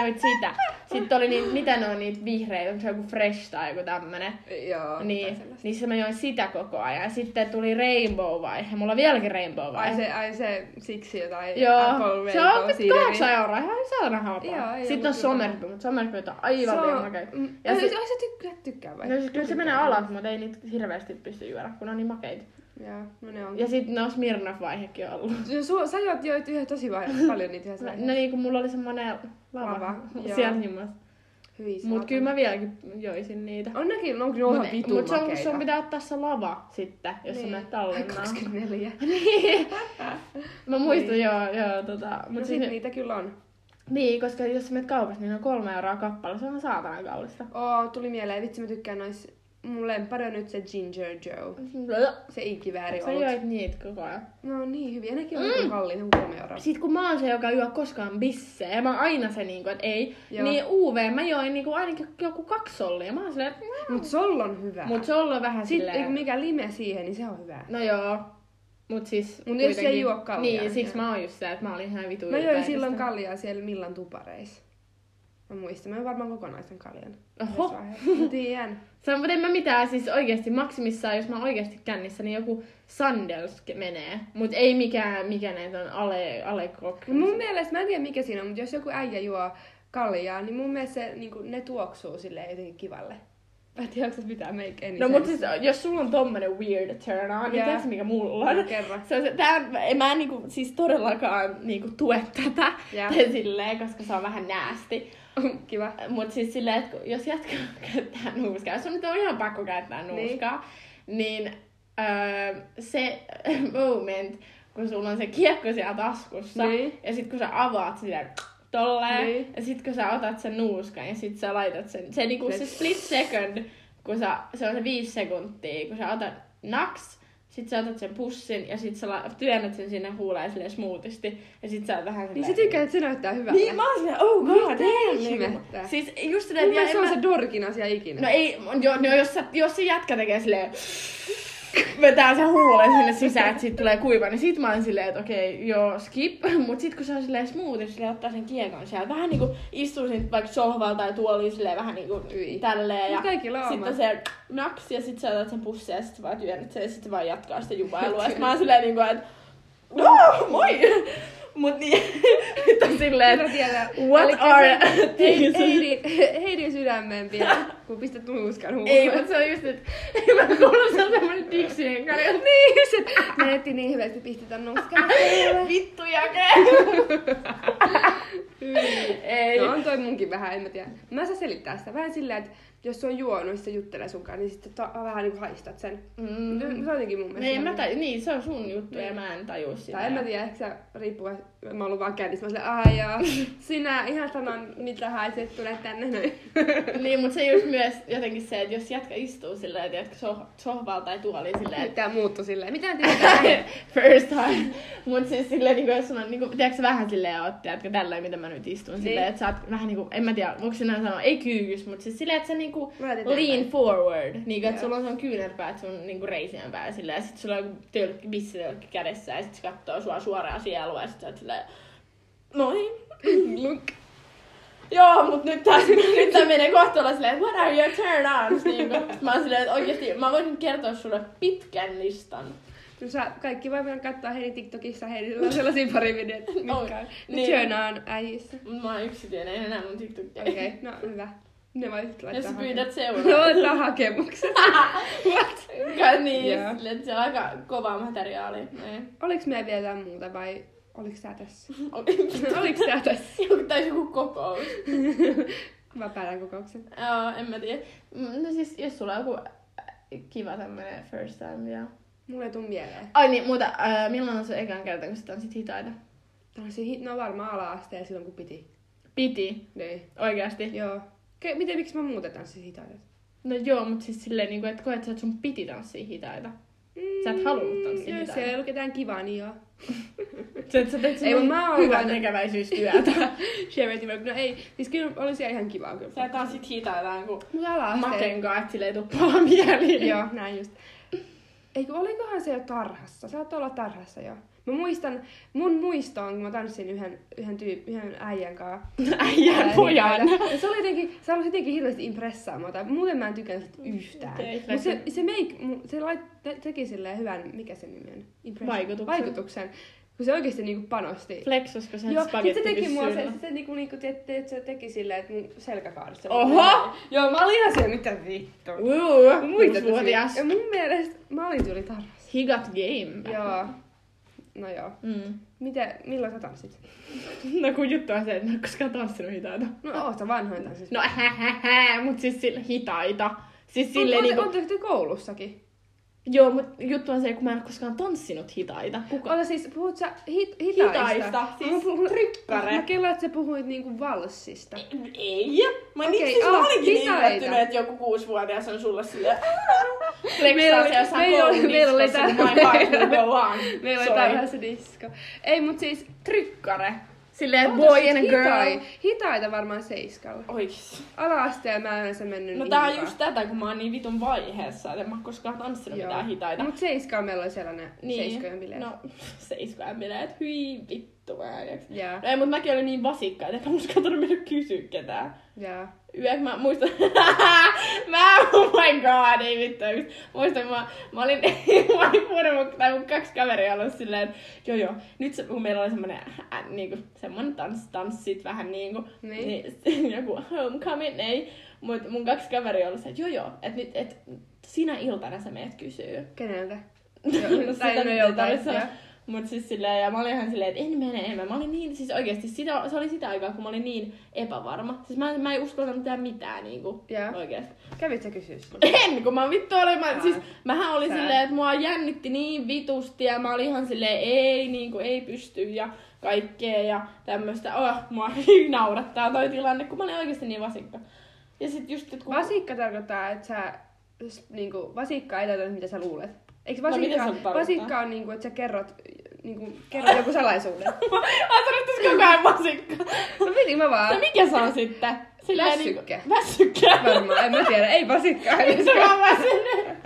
[SPEAKER 2] Joit sitä. Sitten oli niitä, mitä ne on niitä vihreitä, onko se joku fresh tai joku tämmönen.
[SPEAKER 1] Joo.
[SPEAKER 2] Niin,
[SPEAKER 1] jotain sellaista.
[SPEAKER 2] niin se mä join sitä koko ajan. Sitten tuli rainbow-vaihe. Mulla on vieläkin rainbow-vaihe.
[SPEAKER 1] Ai se, ai se siksi jotain
[SPEAKER 2] Joo,
[SPEAKER 1] Apple
[SPEAKER 2] se on
[SPEAKER 1] Rainbow Sideri.
[SPEAKER 2] 8 euroa, ihan saatana halpaa.
[SPEAKER 1] Joo, ei
[SPEAKER 2] Sitten
[SPEAKER 1] ollut
[SPEAKER 2] on
[SPEAKER 1] kyllä.
[SPEAKER 2] somerpy, mutta somerpy on aivan
[SPEAKER 1] Se
[SPEAKER 2] liian
[SPEAKER 1] on-
[SPEAKER 2] makea.
[SPEAKER 1] mm,
[SPEAKER 2] Ja
[SPEAKER 1] ai-
[SPEAKER 2] se-
[SPEAKER 1] ai sä tykkää, tykkää vai?
[SPEAKER 2] No siis kyllä se menee alas, mutta ei niitä hirveästi pysty juoda, kun ne on niin makeita.
[SPEAKER 1] Joo, no ne on.
[SPEAKER 2] Ja sitten no Smirnoff-vaihekin on ollut.
[SPEAKER 1] Su- sä joit, joit yhä tosi vai- paljon niitä yhdessä.
[SPEAKER 2] No niin, kun mulla oli semmonen lava,
[SPEAKER 1] Lava, joo.
[SPEAKER 2] siellä jumassa.
[SPEAKER 1] Hyi
[SPEAKER 2] niin. Mut
[SPEAKER 1] saatana.
[SPEAKER 2] kyllä mä vieläkin joisin niitä.
[SPEAKER 1] On nekin, no kyllä onhan
[SPEAKER 2] Mut,
[SPEAKER 1] vitun
[SPEAKER 2] mut se on, kun
[SPEAKER 1] makeita.
[SPEAKER 2] sun pitää ottaa se lava sitten, jos niin. sä menet
[SPEAKER 1] Ai,
[SPEAKER 2] tallentaa.
[SPEAKER 1] 24.
[SPEAKER 2] Niin. Mä muistan,
[SPEAKER 1] Niin.
[SPEAKER 2] joo, joo, tota. Mut
[SPEAKER 1] No
[SPEAKER 2] siis,
[SPEAKER 1] sit
[SPEAKER 2] niin.
[SPEAKER 1] niitä kyllä on.
[SPEAKER 2] niin, koska jos sä menet kaupassa, niin ne on kolme euroa kappale. Se on saatana kallista.
[SPEAKER 1] Oo, tuli mieleen, vitsi mä tykkään nois, mun lempari on nyt se Ginger Joe. Se ikivääri
[SPEAKER 2] Sä
[SPEAKER 1] on.
[SPEAKER 2] joit niitä koko ajan.
[SPEAKER 1] No niin hyviä, nekin on mm. kalliita kuin kolme euroa.
[SPEAKER 2] Sitten kun mä oon se, joka juo koskaan bissejä, ja mä oon aina se niinku, että ei, Joo.
[SPEAKER 1] Joo.
[SPEAKER 2] niin UV mä join niinku ainakin joku kaksi sollia. Mä oon silleen, että mm.
[SPEAKER 1] Mut sol on hyvä.
[SPEAKER 2] mut se on ollut vähän
[SPEAKER 1] Sitten
[SPEAKER 2] silleen.
[SPEAKER 1] mikä lime siihen, niin se on hyvä.
[SPEAKER 2] No joo. Mut siis
[SPEAKER 1] Mut jos
[SPEAKER 2] kuitenkin-
[SPEAKER 1] ei juo kaljaa,
[SPEAKER 2] Niin, siksi
[SPEAKER 1] joo.
[SPEAKER 2] mä oon just se, että mä olin ihan vitu
[SPEAKER 1] Mä
[SPEAKER 2] ylpeä
[SPEAKER 1] join silloin
[SPEAKER 2] tästä.
[SPEAKER 1] kaljaa siellä Millan tupareissa. Mä muistan, mä join varmaan kokonaisen kaljan.
[SPEAKER 2] Oho.
[SPEAKER 1] Yhdessä vaiheessa. Mä tiedän.
[SPEAKER 2] Se on, mutta en mä mitään, siis oikeesti maksimissaan, jos mä oon oikeesti kännissä, niin joku Sandels menee. Mut ei mikään, mikä näitä on, ale, ale Cock.
[SPEAKER 1] No Mun mielestä, mä en tiedä mikä siinä on, mutta jos joku äijä juo kaljaa, niin mun mielestä se, niin kuin, ne tuoksuu sille jotenkin kivalle. Mä en tiedä, onko se mitään make any
[SPEAKER 2] No mut
[SPEAKER 1] sense.
[SPEAKER 2] siis, jos sulla on tommonen weird turn on, niin
[SPEAKER 1] Jaa.
[SPEAKER 2] tiedätkö mikä mulla on?
[SPEAKER 1] Kerran.
[SPEAKER 2] Se on se, tää, en mä niinku, siis todellakaan niinku tue tätä
[SPEAKER 1] Jaa.
[SPEAKER 2] tai silleen, koska se on vähän näästi.
[SPEAKER 1] Kiva.
[SPEAKER 2] Mut siis silleen, että kun- jos jatkaa käyttää nuuskaa, jos on nyt on ihan pakko käyttää nuuskaa, niin, niin öö, se moment, kun sulla on se kiekko siellä taskussa,
[SPEAKER 1] Niin.
[SPEAKER 2] ja sit kun sä avaat sitä tolleen,
[SPEAKER 1] Niin.
[SPEAKER 2] ja sit kun sä otat sen nuuskan, ja sit sä laitat sen, se niinku se
[SPEAKER 1] Se-
[SPEAKER 2] split second, kun sä, se on se viisi sekuntia, kun sä otat naks, sit sä otat sen pussin, ja sit sä la- työnnät sen sinne huuleen silleen smoothisti, ja sit sä oot vähän
[SPEAKER 1] Niin
[SPEAKER 2] silleen...
[SPEAKER 1] sä tykkää, että se näyttää hyvältä.
[SPEAKER 2] Niin mä oon silleen, oh god,
[SPEAKER 1] Mitä
[SPEAKER 2] damn,
[SPEAKER 1] ihmettä?
[SPEAKER 2] niinku- Siis just
[SPEAKER 1] Mun
[SPEAKER 2] silleen,
[SPEAKER 1] mielestä se
[SPEAKER 2] en
[SPEAKER 1] on
[SPEAKER 2] mä-
[SPEAKER 1] se dorkin asia ikinä.
[SPEAKER 2] No ei, jo, no jos, sä- jos se jätkä tekee silleen, vetää sen huulen sinne sisään, että siitä tulee kuiva, niin sit mä oon silleen, että okei, joo, skip. Mut sit kun se on silleen smooth, niin silleen ottaa sen kiekon siellä. Vähän niinku istuu sinne vaikka sohvalla tai tuoliin silleen vähän niinku
[SPEAKER 1] Yi.
[SPEAKER 2] tälleen. Ja
[SPEAKER 1] Niin. Mut kaikilla on
[SPEAKER 2] sit on
[SPEAKER 1] omat.
[SPEAKER 2] se naks ja sit sä otat sen pussia ja sit sä vaan työnnät sen ja sit sä vaan jatkaa sitä jupailua. Ja sit mä oon silleen niinku, että no, moi! Mut niin, nyt on silleen,
[SPEAKER 1] Mä
[SPEAKER 2] että
[SPEAKER 1] tiedän.
[SPEAKER 2] what
[SPEAKER 1] Elikkä
[SPEAKER 2] are
[SPEAKER 1] se-
[SPEAKER 2] things?
[SPEAKER 1] Heidi, Heidin sydämeen vielä, kun pistät nuuskan huuleen.
[SPEAKER 2] Ei, mut se on just, että mä kuulun se on semmonen diksien kanssa.
[SPEAKER 1] Niin, se menetti niin hyvin, että pisti tän nuuskan huuleen.
[SPEAKER 2] niin Vittu jake! Ei.
[SPEAKER 1] Mm. No on toi munkin vähän, en mä tiedä. Mä saan selittää sitä vähän silleen, että jos se on juonut ja se juttelee sunkaan, niin sitten ta- vähän niinku haistat sen.
[SPEAKER 2] Mm.
[SPEAKER 1] Mm. Se on jotenkin mun mielestä.
[SPEAKER 2] Ei, mä taju, niin, se on sun juttu ja
[SPEAKER 1] Niin.
[SPEAKER 2] mä en tajua sitä.
[SPEAKER 1] Tai en mä tiedä, ehkä se riippuu, että mä oon ollut vaan kännissä. Mä oon silleen, aijaa, sinä ihan sama, mitä haiset, tule tänne No, noin.
[SPEAKER 2] Niin, mutta se just myös jotenkin se, että jos jätkä istuu silleen, että jätkä soh- sohvalla tai tuoliin silleen, että
[SPEAKER 1] Mitä muuttui silleen, mitä tietää?
[SPEAKER 2] First time. Mut siis silleen, niinku, jos sulla on, niinku, tiedätkö vähän silleen oot, tiedätkö, tällä mitä mä nyt istun niin. silleen,
[SPEAKER 1] Niin.
[SPEAKER 2] että sä oot vähän niinku, en mä tiedä, voiko sinä sanoa, ei kyykys, mut siis silleen, että sä niinku
[SPEAKER 1] Mä laitan
[SPEAKER 2] lean
[SPEAKER 1] eteenpäin.
[SPEAKER 2] forward, niinku, että
[SPEAKER 1] Joo.
[SPEAKER 2] sulla on sun kyynärpäät sun niinku reisien päällä silleen, ja sit sulla on joku tölkki, bissitölkki kädessä, ja sit se kattoo sua suoraan sielua, ja sit sä oot silleen, noin.
[SPEAKER 1] Look.
[SPEAKER 2] Joo, mut nyt taas, nyt tää menee kohta silleen, what are your turn ons? Niinku. Sit Mä oon silleen, että oikeesti, mä voisin kertoa sulle pitkän listan.
[SPEAKER 1] No sä, kaikki voi mennä katsoa Heidi TikTokissa, Heidillä on sellaisia pari videoita, mitkä
[SPEAKER 2] Oi,
[SPEAKER 1] on.
[SPEAKER 2] niin.
[SPEAKER 1] Niin. Jörnä on äijissä.
[SPEAKER 2] Mut mä oon yksityinen, en enää mun TikTokia.
[SPEAKER 1] Okei, okay, no hyvä. Ne voi sitten
[SPEAKER 2] Jos
[SPEAKER 1] laittaa
[SPEAKER 2] sä pyydät
[SPEAKER 1] hakemuksen. No,
[SPEAKER 2] seuraa.
[SPEAKER 1] laittaa hakemuksen. What?
[SPEAKER 2] Kai niin,
[SPEAKER 1] Joo.
[SPEAKER 2] silleen, se on aika kovaa materiaalia. Niin.
[SPEAKER 1] Oliks meillä vielä jotain muuta vai oliks tää tässä?
[SPEAKER 2] O-
[SPEAKER 1] oliks tää tässä?
[SPEAKER 2] Joku taisi joku kokous.
[SPEAKER 1] Mä päätän kokouksen.
[SPEAKER 2] Joo, en mä tiedä. Mm, No siis, jos sulla on joku äh, kiva tämmönen first time, joo.
[SPEAKER 1] Mulle ei tuu mieleen.
[SPEAKER 2] Ai niin, muuta, äh, milloin on sun ekan kerta, kun sitä on sit hitaita?
[SPEAKER 1] Tää on si- no varmaan ala-asteella silloin kun piti.
[SPEAKER 2] Piti,
[SPEAKER 1] Niin.
[SPEAKER 2] oikeasti.
[SPEAKER 1] Joo. Ke- miten, miksi mä muuten tanssin hitaita?
[SPEAKER 2] No joo, mut siis silleen, niinku, että koet sä, että sun piti tanssia hitaita.
[SPEAKER 1] Mm,
[SPEAKER 2] Sä et halunnut tanssia
[SPEAKER 1] Joo, jos
[SPEAKER 2] hitaita.
[SPEAKER 1] ei ollut ketään kivaa, niin joo.
[SPEAKER 2] Sä, sä teet
[SPEAKER 1] Ei, mut mä oon
[SPEAKER 2] hyvän
[SPEAKER 1] vaan-
[SPEAKER 2] näkäväisyystyötä.
[SPEAKER 1] Charity work. No ei, siis kyllä oli siellä ihan kivaa kyllä.
[SPEAKER 2] sä tanssit hitaitaan, kun
[SPEAKER 1] Mutta ala-asteella.
[SPEAKER 2] Maken kanssa, että sille ei tuu paha mieli.
[SPEAKER 1] Joo, näin just. Eikö, olikohan se jo tarhassa? Saat olla tarhassa jo. Mä muistan, mun muisto on, kun mä tanssin yhden, yhden, tyy, yhden äijän kanssa.
[SPEAKER 2] Äijän
[SPEAKER 1] Ää,
[SPEAKER 2] pojan.
[SPEAKER 1] niin, Ja se oli jotenkin, se oli jotenkin hirveästi impressaamaa, tai muuten mä en tykännyt sitä yhtään.
[SPEAKER 2] Okei,
[SPEAKER 1] Mut se, se, make, mu- se lait, te, teki silleen hyvän, mikä se nimi on? Impression.
[SPEAKER 2] Vaikutuksen.
[SPEAKER 1] Vaikutuksen. Kun se oikeasti niinku panosti.
[SPEAKER 2] Flexasko sä
[SPEAKER 1] Joo, sit se
[SPEAKER 2] spagetti
[SPEAKER 1] teki mua, se,
[SPEAKER 2] pyssyillä?
[SPEAKER 1] se, niinku, niinku, te, te, se teki silleen, että mun selkäkaarissa.
[SPEAKER 2] Oho!
[SPEAKER 1] Joo, mä olin ihan siellä, mitä vittua.
[SPEAKER 2] Uu,
[SPEAKER 1] Muita
[SPEAKER 2] kuusivuotias.
[SPEAKER 1] Ja mun mielestä mä olin tyyli tarras.
[SPEAKER 2] He got game.
[SPEAKER 1] Joo. No joo.
[SPEAKER 2] Mm.
[SPEAKER 1] Miten, milloin sä tanssit?
[SPEAKER 2] No kun juttu on se, että en ole koskaan tanssinut hitaita.
[SPEAKER 1] No oot sä vanhoin tanssit.
[SPEAKER 2] No hähähä, mut siis sille hitaita. Siis silleen
[SPEAKER 1] on,
[SPEAKER 2] niinku...
[SPEAKER 1] on, te koulussakin?
[SPEAKER 2] Joo, mut juttu on se, kun mä en ole koskaan tanssinut hitaita. Kuka?
[SPEAKER 1] Oota siis, puhut sä hit, hitaista?
[SPEAKER 2] Hitaista, siis
[SPEAKER 1] Mä puhun-
[SPEAKER 2] trikkare.
[SPEAKER 1] Mä kello, että sä puhuit niinku valssista.
[SPEAKER 2] Ei. Mä niin
[SPEAKER 1] Okei, ah, hitaita.
[SPEAKER 2] että joku kuusivuotias on sulle silleen...
[SPEAKER 1] Meillä
[SPEAKER 2] Flexaa
[SPEAKER 1] oli-
[SPEAKER 2] siellä jossain niin
[SPEAKER 1] meillä oli- meillä oli
[SPEAKER 2] kouludiskossa,
[SPEAKER 1] tää-
[SPEAKER 2] my heart will go on.
[SPEAKER 1] Meillä oli
[SPEAKER 2] Sorry.
[SPEAKER 1] tarhassa disko. Ei, mut siis...
[SPEAKER 2] Trikkare. Silleen, että
[SPEAKER 1] ootas,
[SPEAKER 2] boy
[SPEAKER 1] siis
[SPEAKER 2] and a girl.
[SPEAKER 1] hitai- Hitaita varmaan seiskalla.
[SPEAKER 2] Oikeesti.
[SPEAKER 1] Ala-asteella mä en yleensä mennyt
[SPEAKER 2] No
[SPEAKER 1] niin
[SPEAKER 2] tää on
[SPEAKER 1] hyvää.
[SPEAKER 2] just tätä, kun mä oon niin vitun vaiheessa, että en mä oon koskaan tanssinut
[SPEAKER 1] Joo.
[SPEAKER 2] mitään hitaita.
[SPEAKER 1] No, Mut seiskalla meillä oli sellainen
[SPEAKER 2] niin.
[SPEAKER 1] seiskojen bileet.
[SPEAKER 2] No, seiskojen bileet, hyi vittu mä en jaksa.
[SPEAKER 1] Jaa,
[SPEAKER 2] No ei, mut mäkin olin niin vasikka, että en koskaan tarvinnut mennä kysyä ketään.
[SPEAKER 1] jaa.
[SPEAKER 2] Yöksi mä muistan, mä, oh my god, ei vittu, ei vittu. Muistan, mä, mä olin, mä olin vuoden mun, tai mun kaksi kaveria ollut silleen, että joo joo, nyt se, kun meillä oli semmonen, äh, niinku, semmonen tans, tanssit vähän niinku,
[SPEAKER 1] Niin.
[SPEAKER 2] niin sitten joku homecoming, ei, mut mun kaksi kaveria oli se, että joo joo, että nyt, et, sinä iltana sä meidät kysyy.
[SPEAKER 1] Keneltä?
[SPEAKER 2] No,
[SPEAKER 1] tai
[SPEAKER 2] sitä
[SPEAKER 1] no
[SPEAKER 2] nyt ei
[SPEAKER 1] joltain.
[SPEAKER 2] tarvitse sanoa. Mut siis silleen, ja mä olin ihan silleen, että en mene, en mene. Mä olin niin, siis oikeesti, sitä, se oli sitä aikaa, kun mä olin niin epävarma. Siis mä, mä en uskaltanut tehdä mitään niinku,
[SPEAKER 1] Joo.
[SPEAKER 2] oikeesti.
[SPEAKER 1] Kävit sä kysyä sitä?
[SPEAKER 2] En, kun mä vittu olin, mä,
[SPEAKER 1] Aa.
[SPEAKER 2] siis mähän oli
[SPEAKER 1] Sä.
[SPEAKER 2] silleen, että mua jännitti niin vitusti ja mä olin ihan silleen, ei niinku, ei pysty ja kaikkea ja tämmöstä. Oh, mua naurattaa toi tilanne, kun mä olin oikeesti niin vasikka. Ja sit just, että kun...
[SPEAKER 1] Vasikka tarkoittaa, että sä s- niinku, vasikka ei tarkoita, mitä sä luulet. Eikö
[SPEAKER 2] No, mitä
[SPEAKER 1] vasikka,
[SPEAKER 2] se tarkoittaa?
[SPEAKER 1] vasikka on niinku, että sä kerrot, niinku, kerrot joku salaisuuden?
[SPEAKER 2] Mä sanoin, että koko ajan vasikka.
[SPEAKER 1] No meni mä
[SPEAKER 2] No
[SPEAKER 1] vaan.
[SPEAKER 2] mikä se on sitten? Silleen
[SPEAKER 1] Väsykke.
[SPEAKER 2] Niinku, väsykke.
[SPEAKER 1] Varmaan, en mä tiedä. Ei vasikka.
[SPEAKER 2] Ei se vaan väsyne.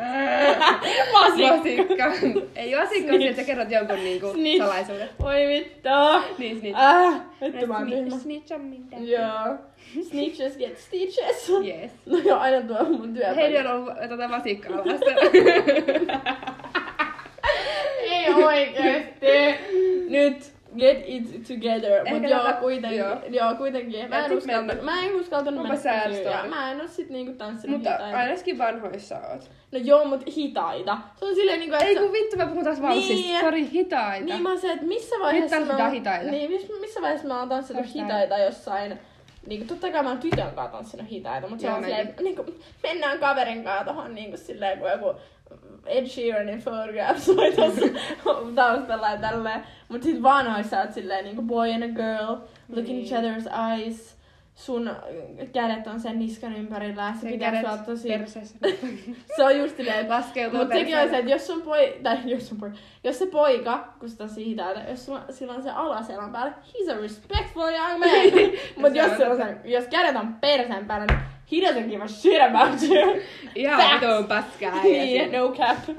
[SPEAKER 2] Vasikka.
[SPEAKER 1] Vasikka. Ei vasikka on se, että sä kerrot jonkun niinku,
[SPEAKER 2] Snitch.
[SPEAKER 1] salaisuuden.
[SPEAKER 2] Voi vittu.
[SPEAKER 1] Niin, snitch.
[SPEAKER 2] Äh, vittu mä oon
[SPEAKER 1] Sni-
[SPEAKER 2] tyhmä.
[SPEAKER 1] Snitch on mitä.
[SPEAKER 2] Joo. Snitches get stitches.
[SPEAKER 1] Yes.
[SPEAKER 2] No joo, aina tuo mun
[SPEAKER 1] Heidi
[SPEAKER 2] työpaikka.
[SPEAKER 1] on ollut tätä vasikkaa vasta.
[SPEAKER 2] Ei oikeesti. Nyt Get it together,
[SPEAKER 1] Ehkä
[SPEAKER 2] mut joo,
[SPEAKER 1] tätä-
[SPEAKER 2] kuitenkin.
[SPEAKER 1] joo.
[SPEAKER 2] Joo. kuitenkin.
[SPEAKER 1] Ja
[SPEAKER 2] Mä en,
[SPEAKER 1] sit
[SPEAKER 2] uskaltanut,
[SPEAKER 1] mennä.
[SPEAKER 2] mä en uskaltanut
[SPEAKER 1] Onpa
[SPEAKER 2] mennä
[SPEAKER 1] sad
[SPEAKER 2] kysyyn, ja
[SPEAKER 1] story.
[SPEAKER 2] Mä en oo sit niinku tanssinut
[SPEAKER 1] Mutta
[SPEAKER 2] hitaita.
[SPEAKER 1] ainakin vanhoissa oot.
[SPEAKER 2] No joo, mut hitaita. Se on silleen niinku, että...
[SPEAKER 1] Ei kun vittu, mä puhun taas valsista.
[SPEAKER 2] Niin.
[SPEAKER 1] Sori, hitaita.
[SPEAKER 2] Niin mä oon se, että missä vaiheessa
[SPEAKER 1] tanssitaan
[SPEAKER 2] mä oon,
[SPEAKER 1] hitaita.
[SPEAKER 2] Niin, miss, missä vaiheessa mä oon tanssinut
[SPEAKER 1] Jostain.
[SPEAKER 2] hitaita jossain. Niin kuin, totta kai mä oon tytön kanssa tanssinut hitaita, mutta se
[SPEAKER 1] Joo,
[SPEAKER 2] on
[SPEAKER 1] mäkin.
[SPEAKER 2] silleen, että niin kuin, mennään kaverin kanssa tohon niin kuin silleen, kun joku Ed Sheeranin photograph soi tossa taustalla ja tälleen. Mut sit vanhoissa oot silleen niin kuin boy and a girl, look in
[SPEAKER 1] Niin.
[SPEAKER 2] each other's eyes. Sun kädet on sen niskan ympärillä ja se
[SPEAKER 1] Sen
[SPEAKER 2] pitää
[SPEAKER 1] kädet
[SPEAKER 2] sua tosi...
[SPEAKER 1] perseessä.
[SPEAKER 2] Se on just silleen, että
[SPEAKER 1] Laskeutuu
[SPEAKER 2] mutta sekin on
[SPEAKER 1] perseelle.
[SPEAKER 2] se, että jos sun poi, tai jos sun poi, jos se poika, kun sitä siitä, että jos sulla, sillä on se alaselän päällä, he's a respectful young man. Mut
[SPEAKER 1] Se
[SPEAKER 2] jos,
[SPEAKER 1] on
[SPEAKER 2] se on se, jos kädet on perseen päällä, niin he doesn't give a shit about you.
[SPEAKER 1] Ihan
[SPEAKER 2] Facts.
[SPEAKER 1] vitoon pätkää.
[SPEAKER 2] yeah, no cap.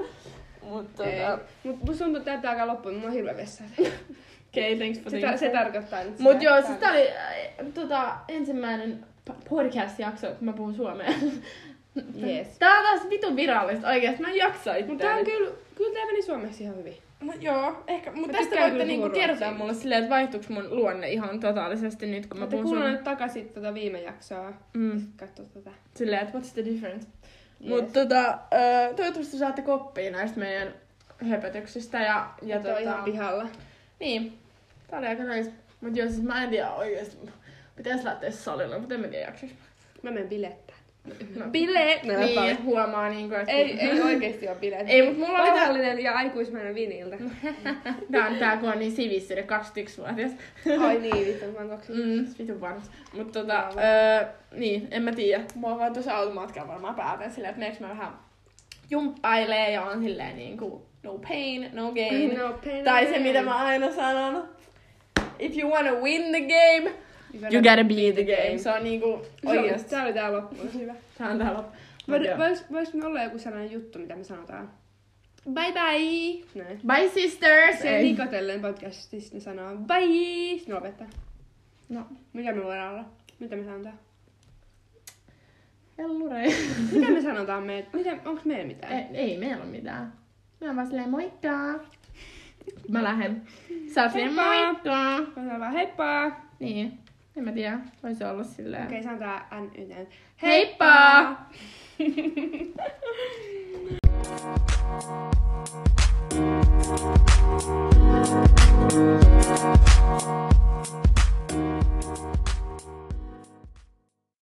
[SPEAKER 2] Mutta tota,
[SPEAKER 1] Mutta mun tuntuu, että tää pitää alkaa loppuun. Mulla on hirveä vessa.
[SPEAKER 2] okay, thanks for
[SPEAKER 1] Se,
[SPEAKER 2] the
[SPEAKER 1] ta- se tarkoittaa nyt
[SPEAKER 2] Mut
[SPEAKER 1] sitä.
[SPEAKER 2] joo, siis tää oli äh, tota, ensimmäinen p- podcast-jakso, kun mä puhun suomea.
[SPEAKER 1] Jees.
[SPEAKER 2] Tää on taas vitun virallista oikeesti, mä en jaksa itseäni.
[SPEAKER 1] Mutta tää on kyllä, kyllä tää meni Suomessa ihan hyvin.
[SPEAKER 2] No joo, ehkä, mutta
[SPEAKER 1] tykkään
[SPEAKER 2] tästä
[SPEAKER 1] kyllä
[SPEAKER 2] voitte niinku
[SPEAKER 1] huuruakin.
[SPEAKER 2] kertoa mulle silleen, että vaihtuuko mun luonne ihan totaalisesti nyt, kun mä
[SPEAKER 1] Mutta
[SPEAKER 2] puhun
[SPEAKER 1] kuulen
[SPEAKER 2] sun...
[SPEAKER 1] nyt takaisin tätä viime jaksoa.
[SPEAKER 2] Mm.
[SPEAKER 1] Sitten katso tätä.
[SPEAKER 2] Silleen, että what's the
[SPEAKER 1] Yes.
[SPEAKER 2] difference? Mut tota, ö, toivottavasti saatte koppia näistä meidän höpötyksistä ja, ja
[SPEAKER 1] Ja
[SPEAKER 2] tota...
[SPEAKER 1] tota... ihan pihalla.
[SPEAKER 2] Niin. Tää oli aika nice. Mut joo, siis mä en tiedä oikeesti. Pitäis lähteä salille, mutta en mä tiedä jaksaks.
[SPEAKER 1] Mä menen bilettään.
[SPEAKER 2] No.
[SPEAKER 1] Bileet! No,
[SPEAKER 2] Niin, huomaa niinku, että...
[SPEAKER 1] Ei, ei oikeesti oo bileet.
[SPEAKER 2] Ei, mut mulla oli tää...
[SPEAKER 1] Tavallinen ja aikuismainen viniltä.
[SPEAKER 2] Tää on tää, kun on niin sivistynyt 21-vuotias.
[SPEAKER 1] Ai niin, vittu, mä oon kaksi.
[SPEAKER 2] Mm, vitun varmasti. Mutta tota,
[SPEAKER 1] Joo.
[SPEAKER 2] öö, niin, en mä tiedä. Mua vaan tuossa automatkalla varmaan päätän silleen, että meneekö mä vähän jumppailee ja on silleen niin kuin no pain, no gain.
[SPEAKER 1] No pain,
[SPEAKER 2] tai
[SPEAKER 1] no
[SPEAKER 2] se,
[SPEAKER 1] gain.
[SPEAKER 2] mitä mä aina sanon, if you wanna win the game,
[SPEAKER 1] Hyvä.
[SPEAKER 2] you gotta be the game. Se on niinku
[SPEAKER 1] Oikeesti.
[SPEAKER 2] oikeesti.
[SPEAKER 1] Tää oli tää loppu. Hyvä.
[SPEAKER 2] Tää on tää loppu. Mut joo.
[SPEAKER 1] Vois, vois me olla joku sellainen juttu, mitä me sanotaan.
[SPEAKER 2] Bye bye!
[SPEAKER 1] Näin.
[SPEAKER 2] Bye sisters!
[SPEAKER 1] Se
[SPEAKER 2] Ei.
[SPEAKER 1] nikotellen podcastissa ne sanoo bye! Sitten ne lopettaa.
[SPEAKER 2] No,
[SPEAKER 1] Mikä me voidaan olla? Mitä me sanotaan?
[SPEAKER 2] hellurei.
[SPEAKER 1] Mitä me sanotaan meille? Mitä, onks meillä mitään?
[SPEAKER 2] ei, ei meillä ole mitään. Mä oon vaan silleen moikka! Mä lähden. Sä oot silleen
[SPEAKER 1] Heippa!
[SPEAKER 2] moikka!
[SPEAKER 1] Mä sanon vaan heippa! Okei,
[SPEAKER 2] Niin, en mä tiedä. Voisi olla silleen.
[SPEAKER 1] okay, sanotaan n yten.
[SPEAKER 2] Heippa!